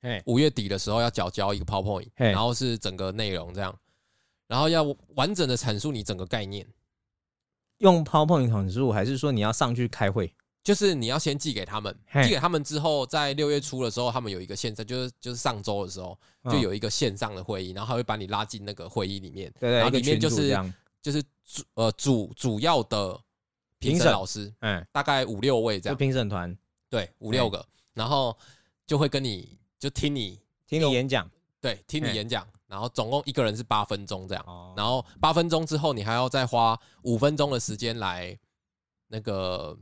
Speaker 2: 嘿
Speaker 1: 五月底的时候要缴交一个 PowerPoint，
Speaker 2: 嘿
Speaker 1: 然后是整个内容这样，然后要完整的阐述你整个概念。
Speaker 2: 用 PowerPoint 阐述，还是说你要上去开会？
Speaker 1: 就是你要先寄给他们，
Speaker 2: 嘿
Speaker 1: 寄给他们之后，在六月初的时候，他们有一个线上，就是就是上周的时候，
Speaker 2: 嗯
Speaker 1: 就有一个线上的会议，然后他会把你拉进那个会议里面，
Speaker 2: 对对，
Speaker 1: 然后
Speaker 2: 一个
Speaker 1: 里面
Speaker 2: 群
Speaker 1: 就
Speaker 2: 组这
Speaker 1: 是
Speaker 2: 样，
Speaker 1: 就是主呃主主要的评
Speaker 2: 评
Speaker 1: 审
Speaker 2: 审
Speaker 1: 老师，
Speaker 2: 哎，
Speaker 1: 大概五六位这
Speaker 2: 就
Speaker 1: 样，
Speaker 2: 评审团
Speaker 1: 对，五六个，然后就会跟你就听你
Speaker 2: 听
Speaker 1: 用
Speaker 2: 你演讲
Speaker 1: 对听你
Speaker 2: 嘿
Speaker 1: 演讲，然后总共一个人是八分钟这样，
Speaker 2: 哦，
Speaker 1: 然后八分钟之后，你还要再花五分钟的时间来那个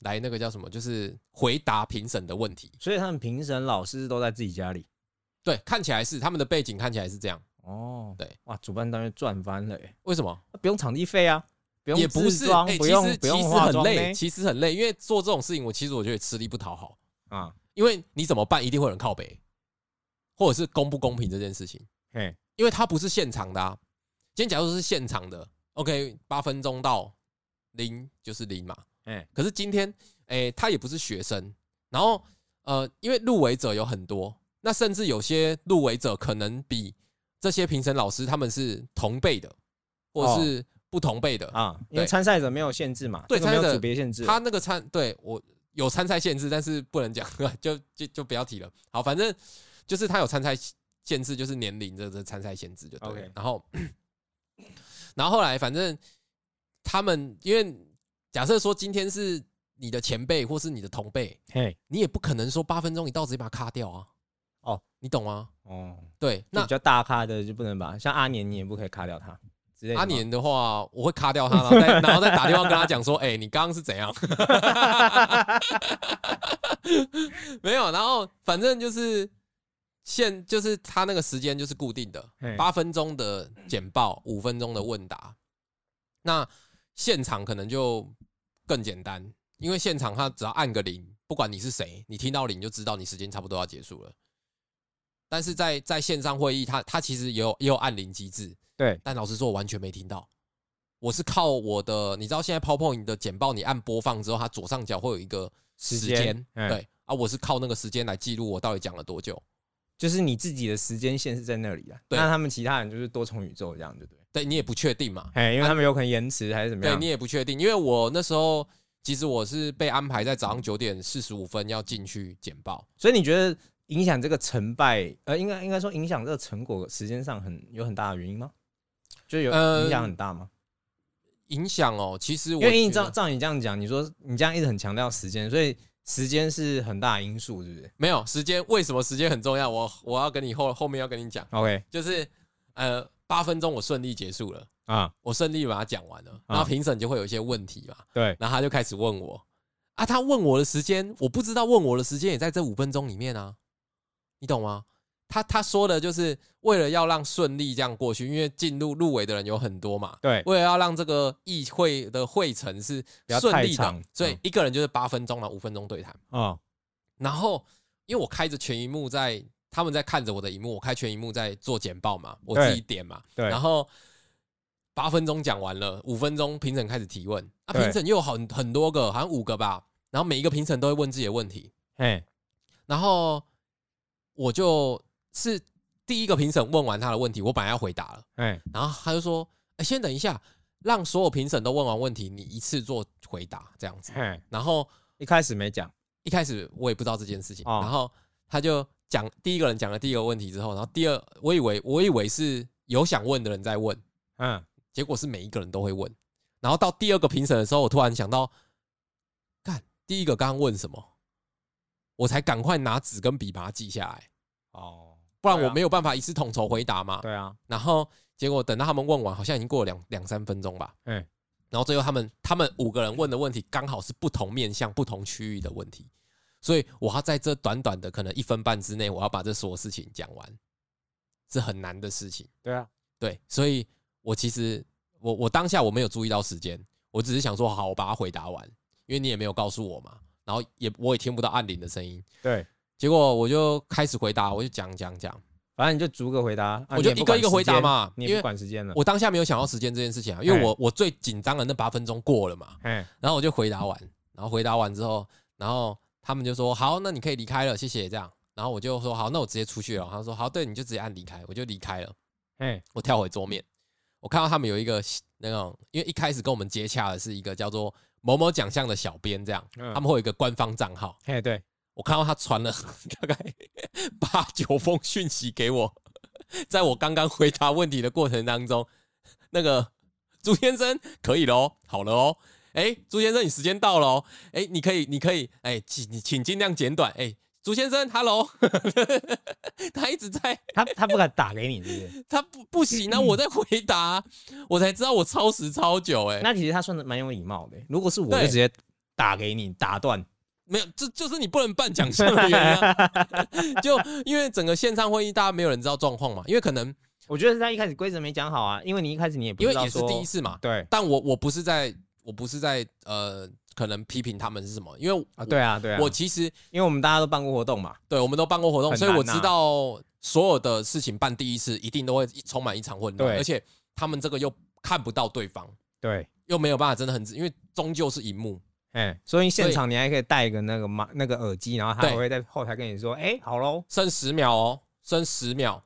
Speaker 1: 来那个叫什么，就是回答评审的问题。
Speaker 2: 所以他们评审老师都在自己家里
Speaker 1: 对，看起来是他们的背景看起来是这样，
Speaker 2: 哦。
Speaker 1: 对，
Speaker 2: 哇，主办单位赚翻了欸，
Speaker 1: 为什么？
Speaker 2: 不用场地费啊，不
Speaker 1: 也
Speaker 2: 用
Speaker 1: 不
Speaker 2: 自
Speaker 1: 是，
Speaker 2: 装
Speaker 1: 哎，，
Speaker 2: 不
Speaker 1: 其
Speaker 2: 用
Speaker 1: 实
Speaker 2: 不
Speaker 1: 其实
Speaker 2: 用化
Speaker 1: 很
Speaker 2: 妆
Speaker 1: 累，
Speaker 2: 嘞
Speaker 1: 其实很累，因为做这种事情，我其实我觉得吃力不讨好，
Speaker 2: 啊，
Speaker 1: 因为你怎么办，一定会有人靠北，或者是公不公平这件事情，
Speaker 2: 嘿，
Speaker 1: 因为它不是现场的、啊。今天假如说是现场的，OK，八分钟到零就是零嘛，
Speaker 2: 哎，
Speaker 1: 可是今天，诶、他也不是学生，然后呃，因为入围者有很多，那甚至有些入围者可能比这些评审老师他们是同辈的，或者是不同辈的，
Speaker 2: 哦啊，因为
Speaker 1: 对
Speaker 2: 参赛者没有限制嘛，
Speaker 1: 对
Speaker 2: 这个没
Speaker 1: 参赛
Speaker 2: 有
Speaker 1: 者
Speaker 2: 组别限制，
Speaker 1: 他那个参对我有参赛限制，但是不能讲， 就就就不要提了。好，反正就是他有参赛限制，就是年龄这这参赛限制就对了。
Speaker 2: OK
Speaker 1: 然后， 然后后来反正他们因为假设说今天是你的前辈或是你的同辈，
Speaker 2: 嘿，
Speaker 1: 你也不可能说八分钟一到直接把它卡掉啊。
Speaker 2: 哦，
Speaker 1: 你懂吗？
Speaker 2: 哦，
Speaker 1: 对，
Speaker 2: 那
Speaker 1: 那
Speaker 2: 比较大咖的就不能把，像阿年你也不可以卡掉他之类的吗。
Speaker 1: 阿年的话，我会卡掉他，然后再然后再打电话跟他讲说，哎、你刚刚是怎样？ 没有，然后反正就是现就是他那个时间就是固定的，
Speaker 2: 嘿，
Speaker 1: 八分钟的简报，五分钟的问答。那现场可能就更简单，因为现场他只要按个铃，不管你是谁，你听到铃就知道你时间差不多要结束了。但是在在线上会议，他他其实也有也有按铃机制，
Speaker 2: 对，
Speaker 1: 但老实说，我完全没听到。我是靠我的，你知道现在 PowerPoint 的简报，你按播放之后，它左上角会有一个时
Speaker 2: 时间
Speaker 1: 间，
Speaker 2: 嗯
Speaker 1: 对啊，我是靠那个时间来记录我到底讲了多久。
Speaker 2: 就是你自己的时间线是在那里的，
Speaker 1: 对
Speaker 2: 那他们其他人就是多重宇宙这样，对不对？
Speaker 1: 对你也不确定嘛，
Speaker 2: 哎，因为他们有可能延迟还是怎么
Speaker 1: 对
Speaker 2: 样
Speaker 1: 你。也不确定，因为我那时候其实我是被安排在早上九点四十五分要进去简报，
Speaker 2: 所以你觉得影响这个成败，呃，应该应该说影响这个成果时间上很有很大的原因吗？就有
Speaker 1: 呃
Speaker 2: 影响很大吗？
Speaker 1: 影响哦。其实我
Speaker 2: 因为
Speaker 1: 觉
Speaker 2: 你照
Speaker 1: 得
Speaker 2: 照你这样讲，你说你这样一直很强调时间，所以时间是很大的因素，是不是
Speaker 1: 没有时间，为什么时间很重要？我我要跟你后后面要跟你讲，
Speaker 2: ？OK
Speaker 1: 就是呃八分钟我顺利结束了，
Speaker 2: 啊，
Speaker 1: 我顺利把它讲完了，然后评审就会有一些问题嘛，
Speaker 2: 对，
Speaker 1: 然后他就开始问我啊，他问我的时间，我不知道问我的时间也在这五分钟里面啊，你懂吗？他他说的就是为了要让顺利这样过去，因为进入入围的人有很多嘛，
Speaker 2: 对，
Speaker 1: 为了要让这个议会的会程是
Speaker 2: 不要
Speaker 1: 顺
Speaker 2: 太
Speaker 1: 利的
Speaker 2: 长，嗯
Speaker 1: 所以一个人就是八分钟了，五分钟对谈。
Speaker 2: 哦，
Speaker 1: 然后因为我开着全荧幕在，他们在看着我的荧幕，我开全荧幕在做简报嘛，我自己点嘛，
Speaker 2: 对
Speaker 1: 然后八分钟讲完了，五分钟评审开始提问，啊，
Speaker 2: 对
Speaker 1: 评审又有很很多个，好像五个吧，然后每一个评审都会问自己的问题，
Speaker 2: 嘿，
Speaker 1: 然后我就是第一个评审问完他的问题，我本来要回答了。
Speaker 2: 嘿，
Speaker 1: 然后他就说：“哎、先等一下，让所有评审都问完问题，你一次做回答这样子。
Speaker 2: 嘿，”
Speaker 1: 然后
Speaker 2: 一开始没讲，
Speaker 1: 一开始我也不知道这件事情，
Speaker 2: 哦
Speaker 1: 然后他就讲第一个人讲了第一个问题之后，然后第二，我以为我以为是有想问的人在问，
Speaker 2: 嗯，
Speaker 1: 结果是每一个人都会问。然后到第二个评审的时候，我突然想到，看第一个刚刚问什么，我才赶快拿纸跟笔把它记下来，
Speaker 2: 哦，
Speaker 1: 不然
Speaker 2: 对啊
Speaker 1: 我没有办法一次统筹回答嘛。
Speaker 2: 对啊，
Speaker 1: 然后结果等到他们问完，好像已经过了两两三分钟吧。
Speaker 2: 嗯，
Speaker 1: 然后最后他们他们五个人问的问题刚好是不同面向、不同区域的问题，所以我要在这短短的可能一分半之内，我要把这所有事情讲完，是很难的事情。
Speaker 2: 对啊，
Speaker 1: 对，所以我其实我我当下我没有注意到时间，我只是想说好，我把它回答完，因为你也没有告诉我嘛，然后也我也听不到按铃的声音，
Speaker 2: 对，
Speaker 1: 结果我就开始回答，我就讲讲讲，
Speaker 2: 反正你就逐个回答，啊
Speaker 1: 我就
Speaker 2: 你也不
Speaker 1: 一个一个
Speaker 2: 管时
Speaker 1: 回答
Speaker 2: 间
Speaker 1: 嘛
Speaker 2: 你
Speaker 1: 因
Speaker 2: 也
Speaker 1: 为
Speaker 2: 不管时间了，
Speaker 1: 我当下没有想到时间这件事情啊，因为我我最紧张的那八分钟过了嘛，
Speaker 2: 嘿，
Speaker 1: 然后我就回答完，然后回答完之后，然后他们就说好，那你可以离开了，谢谢这样。然后我就说好，那我直接出去了。他说好，对，你就直接按离开，我就离开了。
Speaker 2: 嘿，
Speaker 1: 我跳回桌面，我看到他们有一个那种，因为一开始跟我们接洽的是一个叫做某某奖项的小编这样，
Speaker 2: 嗯
Speaker 1: 他们会有一个官方账号。
Speaker 2: 嘿，对，
Speaker 1: 我看到他传了 大概八九封讯息给我，在我刚刚回答问题的过程当中，那个朱先生可以喽，好了哦，哎，朱先生你时间到了哦，哎，你可以，你可以，哎，请你请尽量简短，哎，朱先生，hello，他一直在，
Speaker 2: 他他不敢打给你，是不 是？
Speaker 1: 他不不行
Speaker 2: 嗯
Speaker 1: 啊，我在回答，我才知道我超时超久、哎，
Speaker 2: 那其实他算的蛮有礼貌的，如果是我
Speaker 1: 对
Speaker 2: 就直接打给你，打断，
Speaker 1: 没有，这就是你不能办奖项的原因、 啊，就因为整个线上会议大家没有人知道状况嘛，因为可能。
Speaker 2: 我觉得是他一开始规则没讲好啊，因为你一开始你也不
Speaker 1: 因为
Speaker 2: 知道
Speaker 1: 也是
Speaker 2: 说，
Speaker 1: 第一次嘛。
Speaker 2: 对啊
Speaker 1: 但我我不是在，我不是在呃，可能批评他们是什么，因为
Speaker 2: 啊，对啊，对啊，
Speaker 1: 我其实
Speaker 2: 因为我们大家都办过活动嘛，
Speaker 1: 对我们都办过活动，
Speaker 2: 很
Speaker 1: 所以
Speaker 2: 难啊
Speaker 1: 我知道所有的事情办第一次一定都会充满一场混乱，
Speaker 2: 对
Speaker 1: 而且他们这个又看不到对方，
Speaker 2: 对，
Speaker 1: 又没有办法真的很仔，因为终究是荧幕，
Speaker 2: 哎，所以现
Speaker 1: 所以
Speaker 2: 场你还可以戴一个那个嘛那个耳机，然后他
Speaker 1: 对
Speaker 2: 还会在后台跟你说，哎、好喽，
Speaker 1: 剩十秒哦，剩十秒，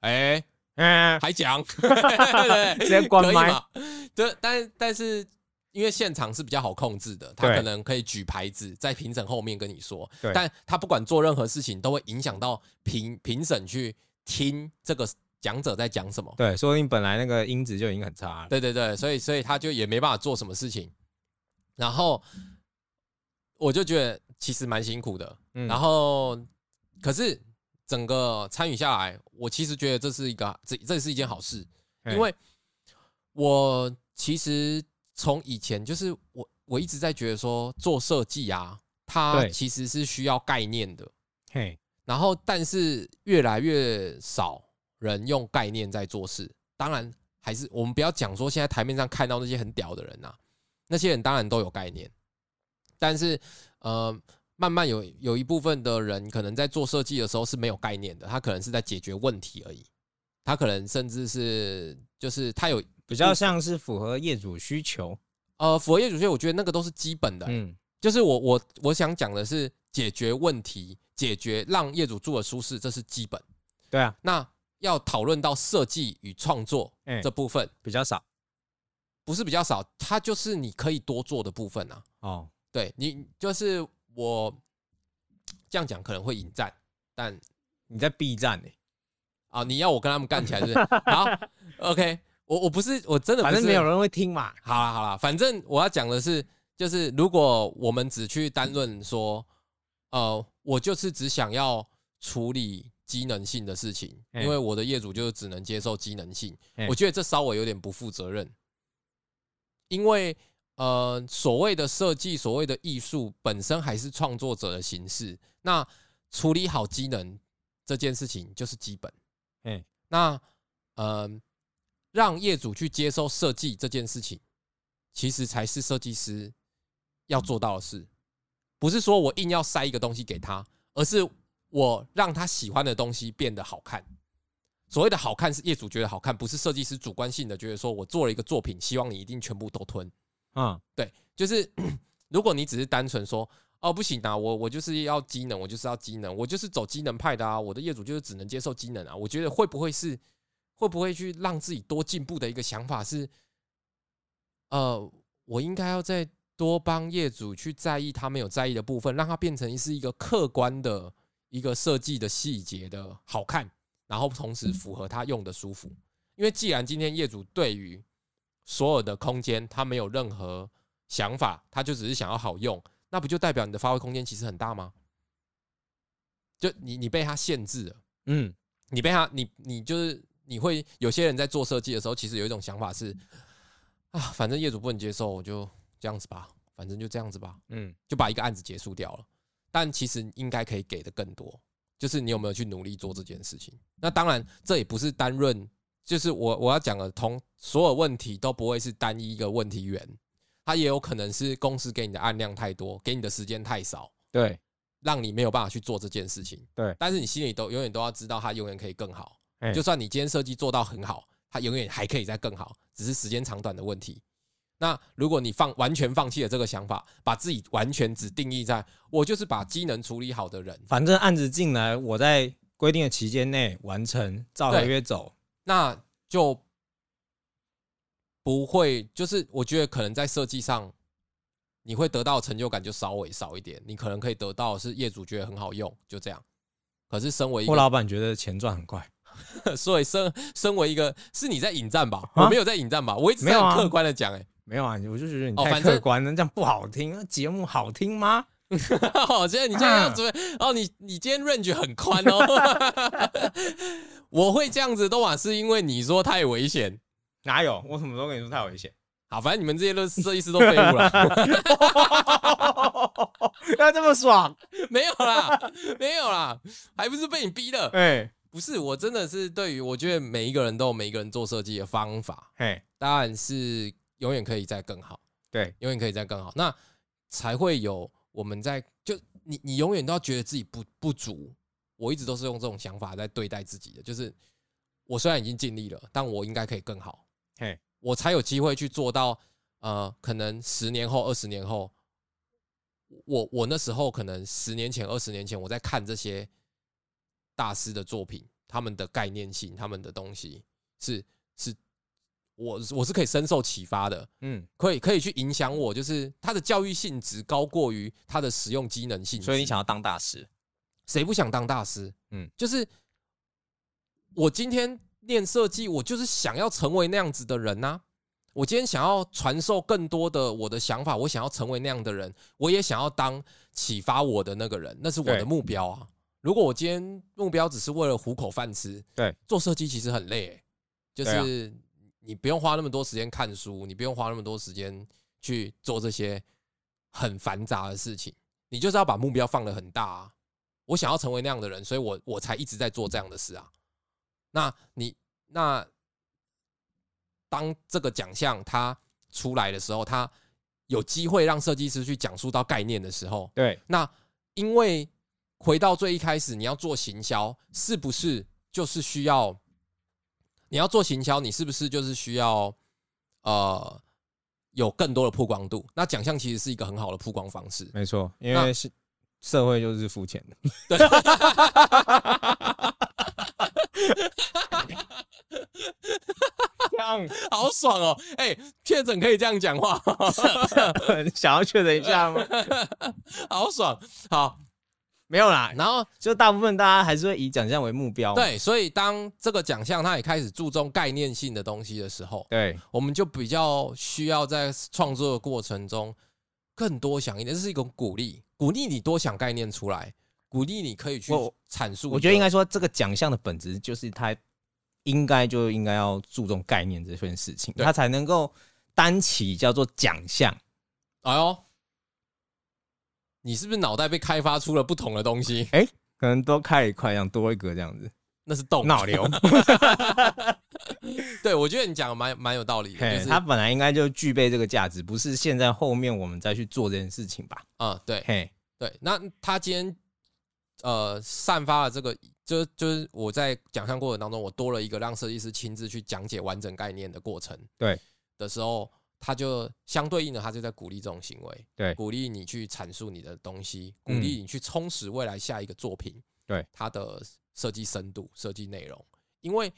Speaker 1: 哎、
Speaker 2: 嗯、
Speaker 1: 还讲，对不对
Speaker 2: 直接关
Speaker 1: 可以
Speaker 2: 麦
Speaker 1: 嘛？这但但是因为现场是比较好控制的，他
Speaker 2: 对
Speaker 1: 可能可以举牌子在评审后面跟你说
Speaker 2: 对，
Speaker 1: 但他不管做任何事情都会影响到评评审去听这个讲者在讲什么。
Speaker 2: 对，说不定本来那个音质就已经很差了。
Speaker 1: 对对对，所以所以他就也没办法做什么事情。然后我就觉得其实蛮辛苦的。
Speaker 2: 嗯
Speaker 1: 然后可是整个参与下来，我其实觉得这是一个这这是一件好事，
Speaker 2: 嘿
Speaker 1: 因为我其实从以前就是我我一直在觉得说做设计啊，它
Speaker 2: 对
Speaker 1: 其实是需要概念的。
Speaker 2: 嘿，
Speaker 1: 然后，但是越来越少人用概念在做事。当然，还是我们不要讲说现在台面上看到那些很屌的人呐、那些人当然都有概念，但是呃，慢慢有有一部分的人可能在做设计的时候是没有概念的，他可能是在解决问题而已，他可能甚至是就是他有
Speaker 2: 比较像是符合业主需求。
Speaker 1: 呃符合业主学，我觉得那个都是基本的、
Speaker 2: 嗯，
Speaker 1: 就是我我我想讲的是解决问题，解决让业主住的舒适，这是基本。
Speaker 2: 对啊，
Speaker 1: 那要讨论到设计与创作
Speaker 2: 哎
Speaker 1: 这部分，
Speaker 2: 比较少
Speaker 1: 不是比较少，它就是你可以多做的部分啊。
Speaker 2: 哦。
Speaker 1: 对你，就是我这样讲可能会引战，但
Speaker 2: 你在欸 B 站呢、
Speaker 1: 啊，你要我跟他们干起来，是不 是？好，OK，我我不是，我真的不
Speaker 2: 反
Speaker 1: 是
Speaker 2: 正没有人会听嘛。
Speaker 1: 好啦好啦，反正我要讲的是，就是如果我们只去单论说，呃，我就是只想要处理机能性的事情，
Speaker 2: 嗯
Speaker 1: 因为我的业主就是只能接受机能性，
Speaker 2: 嗯
Speaker 1: 我觉得这稍微有点不负责任，因为呃，所谓的设计，所谓的艺术本身还是创作者的形式，那处理好机能这件事情就是基本，
Speaker 2: 嗯
Speaker 1: 那呃，让业主去接受设计这件事情，其实才是设计师要做到的事，不是说我硬要塞一个东西给他，而是我让他喜欢的东西变得好看。所谓的好看是业主觉得好看，不是设计师主观性的觉得说我做了一个作品，希望你一定全部都吞。
Speaker 2: 嗯，
Speaker 1: 对，就是如果你只是单纯说哦不行啊，我我就是要机能，我就是要机能，我就是走机能派的啊，我的业主就是只能接受机能啊。我觉得会不会是会不会去让自己多进步的一个想法是，呃，我应该要再多帮业主去在意他没有在意的部分，让它变成是一个客观的一个设计的细节的好看，然后同时符合他用的舒服。因为既然今天业主对于所有的空间他没有任何想法，他就只是想要好用，那不就代表你的发挥空间其实很大吗？就你你被他限制了，
Speaker 2: 嗯，
Speaker 1: 你被他你你就是你会有些人在做设计的时候，其实有一种想法是啊，反正业主不能接受，我就这样子吧，反正就这样子吧，
Speaker 2: 嗯，
Speaker 1: 就把一个案子结束掉了。但其实应该可以给的更多，就是你有没有去努力做这件事情。那当然，这也不是单论，就是我我要讲的同所有问题都不会是单一一个问题源，它也有可能是公司给你的案量太多，给你的时间太少，
Speaker 2: 对，
Speaker 1: 让你没有办法去做这件事情。
Speaker 2: 对
Speaker 1: 但是你心里都永远都要知道，它永远可以更好
Speaker 2: 哎。
Speaker 1: 就算你今天设计做到很好，它永远还可以再更好，只是时间长短的问题。那如果你放完全放弃了这个想法，把自己完全只定义在我就是把机能处理好的人，
Speaker 2: 反正案子进来，我在规定的期间内完成，照合
Speaker 1: 对
Speaker 2: 约走。
Speaker 1: 那就不会，就是我觉得可能在设计上，你会得到的成就感就稍微少一点，你可能可以得到的是业主觉得很好用，就这样。可是身为一
Speaker 2: 霍
Speaker 1: 个，
Speaker 2: 老板觉得钱赚很快，
Speaker 1: 所以身身为一个是你在引战吧？
Speaker 2: 啊
Speaker 1: 我没有在引战吧？我一直
Speaker 2: 没
Speaker 1: 在
Speaker 2: 有
Speaker 1: 很
Speaker 2: 啊
Speaker 1: 客观的讲，哎，
Speaker 2: 没有啊？我就觉得你
Speaker 1: 哦
Speaker 2: 太
Speaker 1: 反正
Speaker 2: 客观了，这样不好听。那节目好听吗？
Speaker 1: 哦，现在你这
Speaker 2: 啊
Speaker 1: 样准备，哦，你你今天 range 很宽哦。 我会这样子都嘛，是因为你说太危险。
Speaker 2: 哪有？我什么时候跟你说太危险？
Speaker 1: 好，反正你们这些都设计师都废物了。
Speaker 2: 要这么爽？
Speaker 1: 没有啦，没有啦，还不是被你逼的。
Speaker 2: 哎
Speaker 1: 不是，我真的是对于我觉得每一个人都有每一个人做设计的方法，
Speaker 2: 嘿，
Speaker 1: 当然是永远可以再更好，
Speaker 2: 对，
Speaker 1: 永远可以再更好，那才会有我们在就你你永远都要觉得自己不不足。我一直都是用这种想法在对待自己的，就是我虽然已经尽力了，但我应该可以更好，
Speaker 2: 嘿，
Speaker 1: 我才有机会去做到。呃，可能十年后、二十年后，我我那时候可能十年前、二十年前，我在看这些大师的作品，他们的概念性、他们的东西是是我我是可以深受启发的，
Speaker 2: 嗯，
Speaker 1: 可以可以去影响我，就是它的教育性质高过于它的实用机能性质。
Speaker 3: 所以你想要当大师，
Speaker 1: 谁不想当大师？嗯
Speaker 2: 嗯，
Speaker 1: 就是我今天练设计，我就是想要成为那样子的人呐、我今天想要传授更多的我的想法，我想要成为那样的人，我也想要当启发我的那个人，那是我的
Speaker 2: 对
Speaker 1: 目标啊。如果我今天目标只是为了糊口饭吃，
Speaker 2: 对，
Speaker 1: 做设计其实很累欸、就
Speaker 2: 对啊
Speaker 1: 是你不用花那么多时间看书，你不用花那么多时间去做这些很繁杂的事情，你就是要把目标放得很大、啊。我想要成为那样的人，所以我我才一直在做这样的事啊。那你那当这个奖项它出来的时候，它有机会让设计师去讲述到概念的时候，
Speaker 2: 对，
Speaker 1: 那因为回到最一开始，你要做行销，是不是就是需要你要做行销，你是不是就是需要呃有更多的曝光度？那奖项其实是一个很好的曝光方式。
Speaker 2: 没错，因
Speaker 1: 那
Speaker 2: 为是社会就是肤浅的， 这样
Speaker 1: 好爽哦！哎、确诊可以这样讲话，
Speaker 2: 想要确认一下吗？
Speaker 1: 好爽。好，
Speaker 2: 没有啦，
Speaker 1: 然后
Speaker 2: 就大部分大家还是会以奖项为目标嘛。
Speaker 1: 对，所以当这个奖项它也开始注重概念性的东西的时候，
Speaker 2: 对，
Speaker 1: 我们就比较需要在创作的过程中更多想一点，这是一种鼓励，鼓励你多想概念出来，鼓励你可以去
Speaker 2: 我
Speaker 1: 阐述。
Speaker 2: 我觉得应该说这个奖项的本质就是它应该就应该要注重概念这件事情，
Speaker 1: 对
Speaker 2: 它才能够单起叫做奖项。
Speaker 1: 该，哎呦，你是不是脑袋被开发出了不同的东西？
Speaker 2: 可能多开一块一样，多一个这样子，
Speaker 1: 那是动
Speaker 2: 脑瘤。
Speaker 1: 对，我觉得你讲的蛮蛮有道理的，
Speaker 2: 嘿
Speaker 1: 就是
Speaker 2: 它本来应该就具备这个价值，不是现在后面我们再去做这件事情吧？
Speaker 1: 嗯，对，
Speaker 2: 嘿，
Speaker 1: 对，那他今天呃散发了这个，就就是我在奖项过程当中，我多了一个让设计师亲自去讲解完整概念的过程。
Speaker 2: 对
Speaker 1: 的时候，他就相对应的，他就在鼓励这种行为，
Speaker 2: 对
Speaker 1: 鼓励你去阐述你的东西，鼓
Speaker 2: 嗯
Speaker 1: 励你去充实未来下一个作品，
Speaker 2: 对
Speaker 1: 它的设计深度、设计内容，因为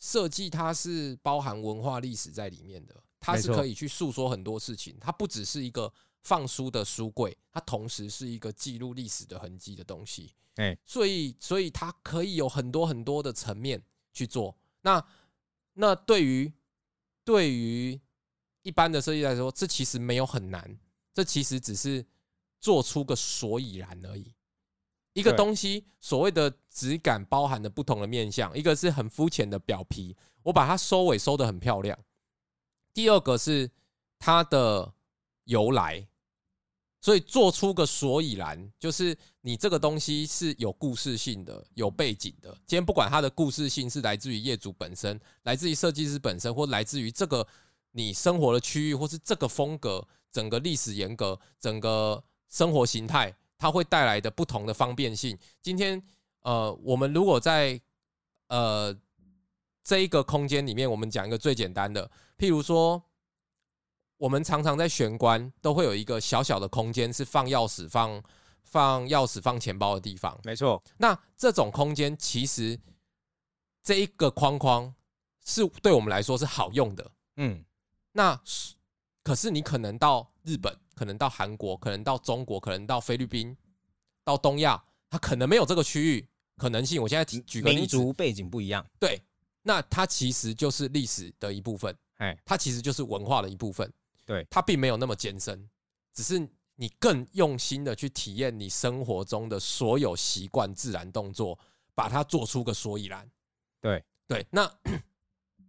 Speaker 1: 设计它是包含文化历史在里面的，它
Speaker 2: 没
Speaker 1: 是
Speaker 2: 错
Speaker 1: 可以去诉说很多事情，它不只是一个放书的书柜，它同时是一个记录历史的痕迹的东西。
Speaker 2: 哎
Speaker 1: 所以所以它可以有很多很多的层面去做。那那对于对于一般的设计来说，这其实没有很难，这其实只是做出个所以然而已。一个
Speaker 2: 对
Speaker 1: 东西所谓的质感包含的不同的面相，一个是很肤浅的表皮，我把它收尾收的很漂亮；第二个是它的由来，所以做出个所以然，就是你这个东西是有故事性的、有背景的。今天不管它的故事性是来自于业主本身、来自于设计师本身，或来自于这个你生活的区域，或是这个风格、整个历史沿革、整个生活形态，它会带来的不同的方便性。今天，呃，我们如果在呃这一个空间里面，我们讲一个最简单的，譬如说，我们常常在玄关都会有一个小小的空间，是放钥匙、放放钥匙、放钱包的地方。
Speaker 2: 没错，
Speaker 1: 那这种空间其实这一个框框是对我们来说是好用的。
Speaker 2: 嗯，
Speaker 1: 那是可是你可能到日本，可能到韩国，可能到中国，可能到菲律宾，到东亚，它可能没有这个区域可能性。我现在提举个例
Speaker 2: 民
Speaker 1: 子，
Speaker 2: 族背景不一样，
Speaker 1: 对，那它其实就是历史的一部分。
Speaker 2: 哎，
Speaker 1: 它其实就是文化的一部分。
Speaker 2: 对
Speaker 1: 它并没有那么艰深，只是你更用心的去体验你生活中的所有习惯、自然动作，把它做出个所以然。
Speaker 2: 对
Speaker 1: 对，那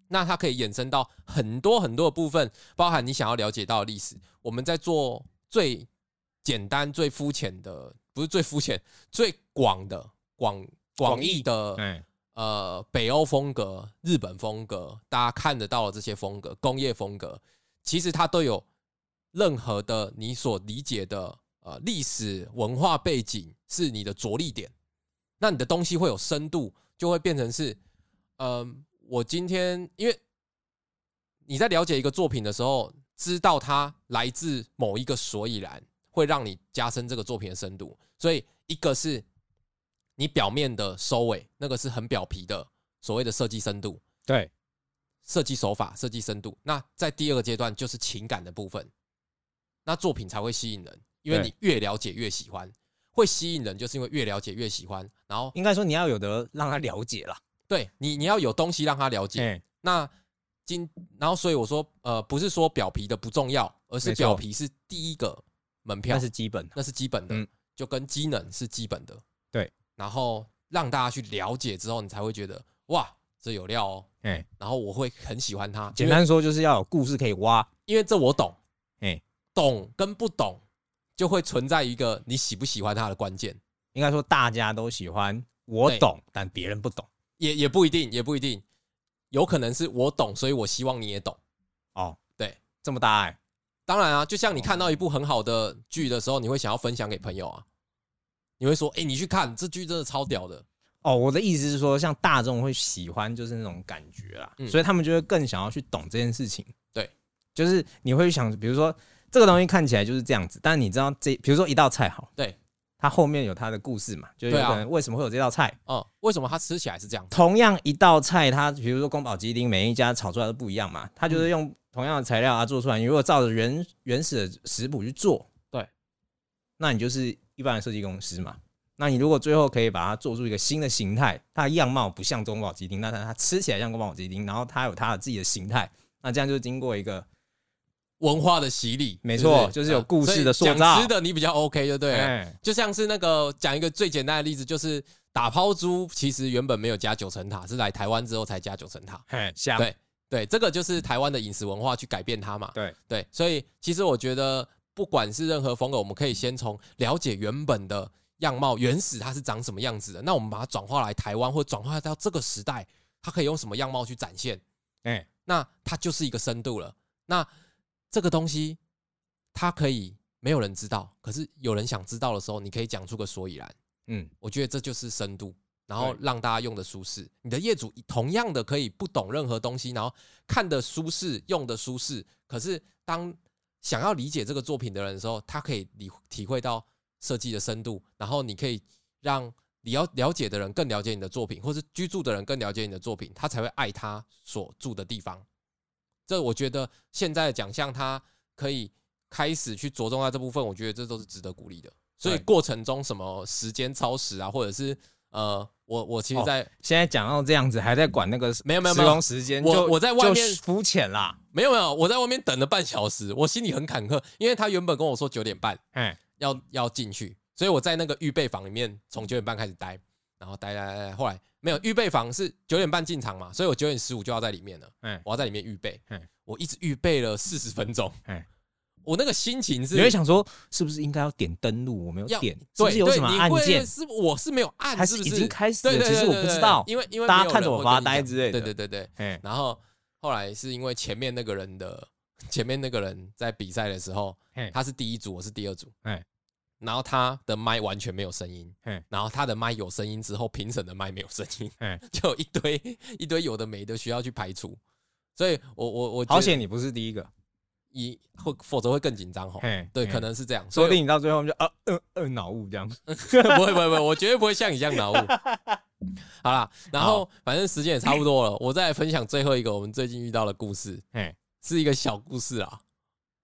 Speaker 1: 那它可以衍生到很多很多的部分，包含你想要了解到的历史。我们在做最简单、最肤浅的，不是最肤浅，最广的广广义的
Speaker 2: 哎，
Speaker 1: 呃北欧风格、日本风格，大家看得到的这些风格、工业风格，其实它都有任何的你所理解的呃历史文化背景是你的着力点，那你的东西会有深度，就会变成是，呃，我今天因为你在了解一个作品的时候，知道它来自某一个所以然，会让你加深这个作品的深度。所以一个是你表面的收尾，那个是很表皮的所谓的设计深度，
Speaker 2: 对，
Speaker 1: 设计手法、设计深度。那在第二个阶段就是情感的部分，那作品才会吸引人，因为
Speaker 2: 对
Speaker 1: 你越了解越喜欢，会吸引人就是因为越了解越喜欢。然后
Speaker 2: 应该说你要有的让他了解啦。
Speaker 1: 对你，你要有东西让他了解。
Speaker 2: 哎，
Speaker 1: 那今然后所以我说，呃，不是说表皮的不重要，而是
Speaker 2: 没错
Speaker 1: 表皮是第一个门票，
Speaker 2: 那是基本的。
Speaker 1: 那是基本的，
Speaker 2: 嗯
Speaker 1: 就跟机能是基本的。
Speaker 2: 对，
Speaker 1: 然后让大家去了解之后，你才会觉得哇，这有料哦。
Speaker 2: 哎，
Speaker 1: 然后我会很喜欢它，
Speaker 2: 简
Speaker 1: 因为
Speaker 2: 单说就是要有故事可以挖。
Speaker 1: 因为这我懂，
Speaker 2: 哎，
Speaker 1: 懂跟不懂就会存在一个你喜不喜欢它的关键，
Speaker 2: 应该说大家都喜欢，我
Speaker 1: 对
Speaker 2: 懂，但别人不懂。
Speaker 1: 也也不一定，也不一定，有可能是我懂，所以我希望你也懂。
Speaker 2: 哦，
Speaker 1: 对，
Speaker 2: 这么大爱，
Speaker 1: 当然啊，就像你看到一部很好的剧的时候，你会想要分享给朋友啊，你会说：“哎、你去看这剧，真的超屌的。
Speaker 2: 哦，我的意思是说，像大众会喜欢就是那种感觉啦，
Speaker 1: 嗯
Speaker 2: 所以他们就会更想要去懂这件事情。
Speaker 1: 对，
Speaker 2: 就是你会想，比如说这个东西看起来就是这样子，但你知道这，比如说一道菜好，
Speaker 1: 对，
Speaker 2: 它后面有它的故事嘛，就是
Speaker 1: 对
Speaker 2: 有
Speaker 1: 啊
Speaker 2: 可能为什么会有这道菜。”
Speaker 1: 嗯，为什么它吃起来是这样？
Speaker 2: 同样一道菜，它比如说宫保鸡丁，每一家炒出来都不一样嘛，它就是
Speaker 1: 嗯
Speaker 2: 用同样的材料啊做出来。你如果照着原原始的食谱去做，
Speaker 1: 对，
Speaker 2: 那你就是一般的设计公司嘛。那你如果最后可以把它做出一个新的形态，它的样貌不像宫保鸡丁，但是它吃起来像宫保鸡丁，然后它有它的自己的形态，那这样就经过一个
Speaker 1: 文化的洗礼，
Speaker 2: 没
Speaker 1: 是不
Speaker 2: 错就是有故事的塑造
Speaker 1: 嗯所以讲吃的你比较 OK，就对了。
Speaker 2: 哎
Speaker 1: 就像是那个讲一个最简单的例子，就是打抛猪，其实原本没有加九层塔，是来台湾之后才加九层塔。
Speaker 2: 嘿香
Speaker 1: 对对，这个就是台湾的饮食文化去改变它嘛。
Speaker 2: 对
Speaker 1: 对，所以其实我觉得，不管是任何风格，我们可以先从了解原本的样貌、原始它是长什么样子的，那我们把它转化来台湾，或转化到这个时代，它可以用什么样貌去展现？
Speaker 2: 哎
Speaker 1: 那它就是一个深度了。那这个东西，它可以没有人知道，可是有人想知道的时候，你可以讲出个所以然。
Speaker 2: 嗯
Speaker 1: 我觉得这就是深度，然后
Speaker 2: 对
Speaker 1: 让大家用的舒适。你的业主同样的可以不懂任何东西，然后看的舒适，用的舒适。可是当想要理解这个作品的人的时候，他可以理体会到设计的深度，然后你可以让你要了解的人更了解你的作品，或是居住的人更了解你的作品，他才会爱他所住的地方。这我觉得现在的奖项，它可以开始去着重在这部分，我觉得这都是值得鼓励的。所以
Speaker 2: 对
Speaker 1: 过程中什么时间超时啊，或者是呃，我我其实
Speaker 2: 哦
Speaker 1: 在、
Speaker 2: 现在讲到这样子，还在管那个
Speaker 1: 没有没有
Speaker 2: 施
Speaker 1: 没有
Speaker 2: 工时间，
Speaker 1: 我
Speaker 2: 就
Speaker 1: 我在外
Speaker 2: 就
Speaker 1: 面
Speaker 2: 肤浅啦，
Speaker 1: 没有没有，我在外面等了半小时，我心里很坎坷，因为他原本跟我说九点半
Speaker 2: 哎
Speaker 1: 要要进去，所以我在那个预备房里面从九点半开始待，然后待待待待，后来没有预备房是九点半进场嘛，所以我九点十五就要在里面了，
Speaker 2: 哎，
Speaker 1: 我要在里面预备
Speaker 2: 嗯，
Speaker 1: 我一直预备了四十分钟
Speaker 2: 哎，
Speaker 1: 我那个心情是
Speaker 2: 你会想说，是不是应该要点登录？我没有
Speaker 1: 要
Speaker 2: 点，是不
Speaker 1: 对
Speaker 2: 是有
Speaker 1: 对
Speaker 2: 什么
Speaker 1: 你
Speaker 2: 按
Speaker 1: 会
Speaker 2: 键？
Speaker 1: 是我是没有按，
Speaker 2: 还
Speaker 1: 是不
Speaker 2: 已
Speaker 1: 是
Speaker 2: 经开始
Speaker 1: 对
Speaker 2: 了？
Speaker 1: 对
Speaker 2: 其实
Speaker 1: 对
Speaker 2: 我
Speaker 1: 对
Speaker 2: 不知
Speaker 1: 对
Speaker 2: 道。
Speaker 1: 因为因为
Speaker 2: 大家
Speaker 1: 没有
Speaker 2: 看
Speaker 1: 人
Speaker 2: 着我
Speaker 1: 会
Speaker 2: 发
Speaker 1: 跟你
Speaker 2: 呆
Speaker 1: 讲
Speaker 2: 之类的
Speaker 1: 对对对对，
Speaker 2: 哎，
Speaker 1: 然后后来是因为前面那个人的前面那个人在比赛的时候
Speaker 2: 嘿，
Speaker 1: 他是第一组，我是第二组，
Speaker 2: 嘿
Speaker 1: 然后他的麦完全没有声音
Speaker 2: 嘿，
Speaker 1: 然后他的麦有声音之后，评审的麦没有声音
Speaker 2: 嘿，
Speaker 1: 就有一堆一堆有的没的需要去排除，所以我我我觉
Speaker 2: 好
Speaker 1: 得
Speaker 2: 险你不是第一个，
Speaker 1: 一会否则会更紧张吼。
Speaker 2: 嘿，
Speaker 1: 对，
Speaker 2: 嘿
Speaker 1: 可，能是这样，
Speaker 2: 说
Speaker 1: 所
Speaker 2: 不
Speaker 1: 以
Speaker 2: 定你到最后就呃呃呃脑雾这 样。
Speaker 1: 不会不会不会，我绝对不会像你这样脑雾。好啦，然后反正时间也差不多了，我再来分享最后一个我们最近遇到的故事，
Speaker 2: 哎，
Speaker 1: 是一个小故事啊，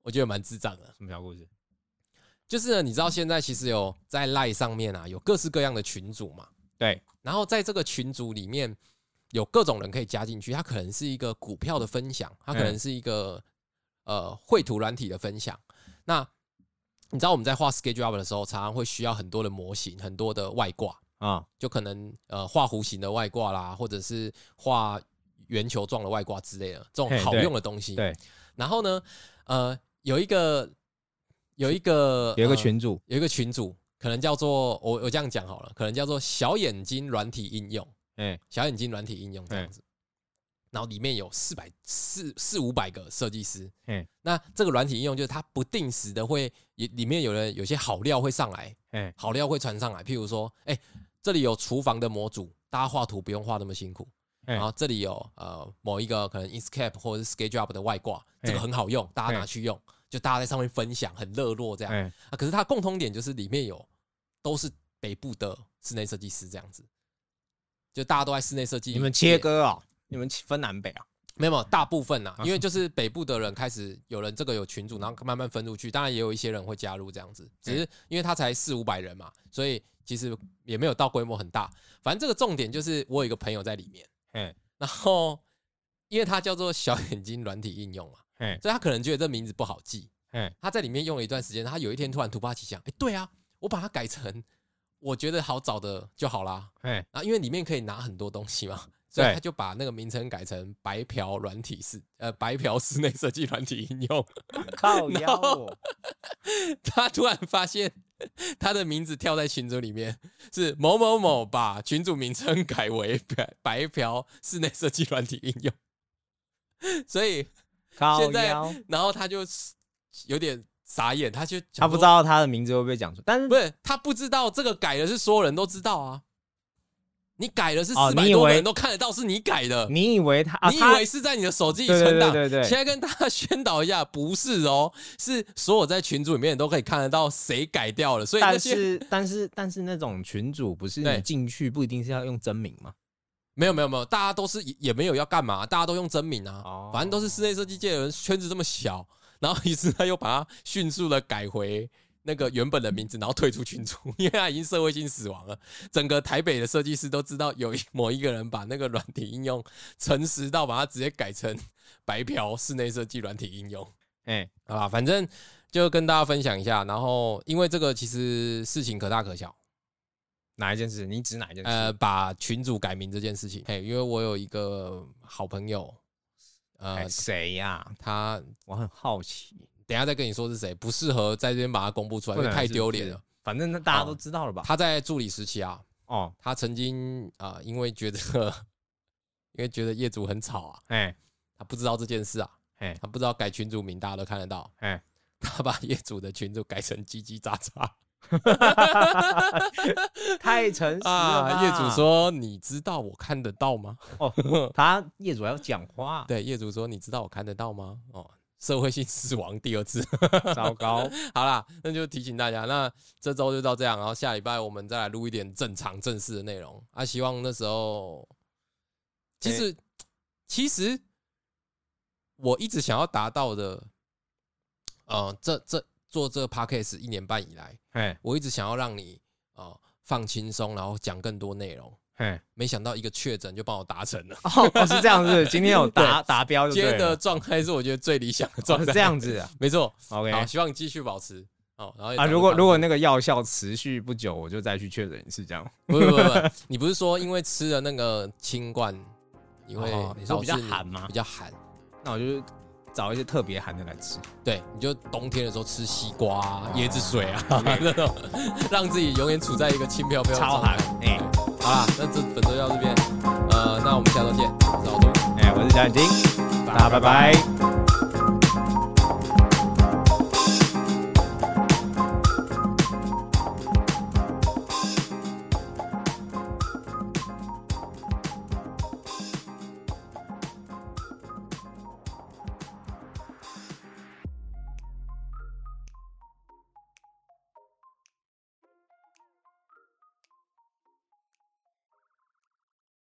Speaker 1: 我觉得蛮智障的。
Speaker 2: 什么小故事？
Speaker 1: 就是呢，你知道现在其实有在赖上面啊，有各式各样的群组嘛，
Speaker 2: 对，
Speaker 1: 然后在这个群组里面有各种人可以加进去，它可能是一个股票的分享，它可能是一个、呃绘图软体的分享。那你知道我们在画 schedule up 的时候，常常会需要很多的模型，很多的外挂。
Speaker 2: 啊，
Speaker 1: 就可能呃画弧形的外挂啦，或者是画圆球状的外挂之类的这种
Speaker 2: 嘿
Speaker 1: 好
Speaker 2: 对
Speaker 1: 用的东西。
Speaker 2: 对，
Speaker 1: 然后呢，呃，有一个有一个
Speaker 2: 有一个
Speaker 1: 呃
Speaker 2: 群主，
Speaker 1: 有一个群主，可能叫做我我这样讲好了，可能叫做小眼睛软体应用，
Speaker 2: 哎
Speaker 1: 小眼睛软体应用这样子。然后里面有四百四四五百个设计师，
Speaker 2: 嘿
Speaker 1: 那这个软体应用就是它不定时的会，也里面有人有些好料会上来，
Speaker 2: 哎
Speaker 1: 好料会传上来。譬如说，哎、这里有厨房的模组，大家画图不用画那么辛苦。
Speaker 2: 哎
Speaker 1: 然后这里有呃某一个可能 Inkscape 或者是 SketchUp 的外挂，
Speaker 2: 哎
Speaker 1: 这个很好用，大家拿去用，就大家在上面分享，很热络这样。
Speaker 2: 哎
Speaker 1: 啊，可是它共通点就是里面有都是北部的室内设计师这样子，就大家都在室内设计。
Speaker 2: 哦你们切，割啊，你们切分南北啊？
Speaker 1: 没有没有，大部分呐、
Speaker 2: 啊
Speaker 1: 因为就是北部的人开始有人这个有群组，然后慢慢分出去，当然也有一些人会加入这样子，只是因为他才四五百人嘛，所以其实也没有到规模很大。反正这个重点就是我有一个朋友在里面，
Speaker 2: 嘿，
Speaker 1: 然后因为他叫做小眼睛软体应用嘛，
Speaker 2: 嘿，
Speaker 1: 所以他可能觉得这名字不好记，
Speaker 2: 嘿，
Speaker 1: 他在里面用了一段时间，他有一天突然突发奇想，哎、对啊，我把它改成我觉得好找的就好啦，
Speaker 2: 嘿，
Speaker 1: 啊，因为里面可以拿很多东西嘛，所以
Speaker 2: 对
Speaker 1: 他就把那个名称改成“白嫖软体室”，呃，“白嫖室内设计软体应用
Speaker 2: 靠
Speaker 1: 腰
Speaker 2: 腰
Speaker 1: 哦”。他突然发现他的名字跳在群组里面是某某某，把群组名称改为“白白嫖室内设计软体应用”，所以
Speaker 2: 靠
Speaker 1: 现在
Speaker 2: 腰，
Speaker 1: 然后他就有点傻眼，他就
Speaker 2: 他不知，道他的名字会不会讲出，但是
Speaker 1: 不是他不知道这个改的是所有人都知道啊。你改的是
Speaker 2: 哦
Speaker 1: 四百
Speaker 2: 你以
Speaker 1: 多个
Speaker 2: 为
Speaker 1: 人都看得到是你改的，
Speaker 2: 你以为他啊，
Speaker 1: 你以
Speaker 2: 他
Speaker 1: 为是在你的手机里
Speaker 2: 对对
Speaker 1: 存档？
Speaker 2: 对对对
Speaker 1: 现在跟大家 宣导一下，不是哦，是所有在群组里面都可以看得到谁改掉了，所以那
Speaker 2: 但
Speaker 1: 些
Speaker 2: 是但是但是那种群主不是
Speaker 1: 对
Speaker 2: 你进去不一定是要用真名嘛？
Speaker 1: 没有没有没有，大家都是也也没有要干嘛，大家都用真名啊，
Speaker 2: 哦
Speaker 1: 反正都是室内设计界的人，圈子这么小，然后于是他又把它迅速的改回。那个原本的名字，然后退出群组，因为他已经社会性死亡了。整个台北的设计师都知道有一某一个人把那个软体应用 诚实到把它直接改成白嫖室内设计软体应用。
Speaker 2: 哎，
Speaker 1: 好吧，反正就跟大家分享一下。然后，因为这个其实事情可大可小，
Speaker 2: 哪一件事？你指哪一件
Speaker 1: 呃，
Speaker 2: 事？
Speaker 1: 把群主改名这件事情，嘿，因为我有一个好朋友，呃
Speaker 2: 哎，，谁呀？
Speaker 1: 他
Speaker 2: 我很好奇，
Speaker 1: 等一下再跟你说是谁，不适合在这边把它公布出来，因为
Speaker 2: 能
Speaker 1: 太
Speaker 2: 是不
Speaker 1: 丢
Speaker 2: 是
Speaker 1: 脸了。。
Speaker 2: 反正那
Speaker 1: 好
Speaker 2: 大家都知道了吧？
Speaker 1: 他在助理时期啊，
Speaker 2: 哦，
Speaker 1: 他曾经啊、呃因为觉得因为觉得业主很吵啊，
Speaker 2: 哎
Speaker 1: 他不知道这件事啊，
Speaker 2: 哎
Speaker 1: 他不知道改群主名，大家都看得到，
Speaker 2: 哎，
Speaker 1: 他把业主的群主改成叽叽喳喳。
Speaker 2: 太 诚 实了吧
Speaker 1: 啊，业主说：“你知道我看得到吗
Speaker 2: 哦，他业主要讲？”话，
Speaker 1: 对，业主说：“你知道我看得到吗？”哦，社会性死亡第二次。
Speaker 2: 糟糕，
Speaker 1: 好啦，那就提醒大家，那这周就到这样，然后下礼拜我们再来录一点正常正式的内容啊。希望那时候，其实、其实我一直想要达到的，呃，这这做这个 podcast 一年半以来，
Speaker 2: 嘿
Speaker 1: 我一直想要让你呃放轻松，然后讲更多内容。
Speaker 2: 嘿，
Speaker 1: 没想到一个确诊就帮我达成了。
Speaker 2: 哎哦哦是这样子，今天有达达标就
Speaker 1: 今
Speaker 2: 对
Speaker 1: 天的
Speaker 2: 了，
Speaker 1: 状态是我觉得最理想的
Speaker 2: 哦
Speaker 1: 状
Speaker 2: 是
Speaker 1: 态，
Speaker 2: 这样子啊
Speaker 1: 没错。
Speaker 2: ，OK
Speaker 1: 好，希望继续保持。哦，然后也
Speaker 2: 啊，
Speaker 1: 早日
Speaker 2: 如果
Speaker 1: 康
Speaker 2: 如果
Speaker 1: 复
Speaker 2: 那个药效持续不久，我就再去确诊一次这样。
Speaker 1: 不不不不，你不是说因为吃了那个清冠，你会
Speaker 2: 哦你说比较
Speaker 1: 导致你
Speaker 2: 寒吗
Speaker 1: 比较寒，
Speaker 2: 那我就找一些特别寒的来吃。
Speaker 1: 对，你就冬天的时候吃西瓜啊、椰子水啊， 那种让自己永远处在一个轻飘飘的
Speaker 2: 超
Speaker 1: 状
Speaker 2: 寒
Speaker 1: 态。，
Speaker 2: 哎、
Speaker 1: 好啦，那这本周就到这边，呃，那我们下周见，我是老周。
Speaker 2: 哎、我是小眼睛，大家拜拜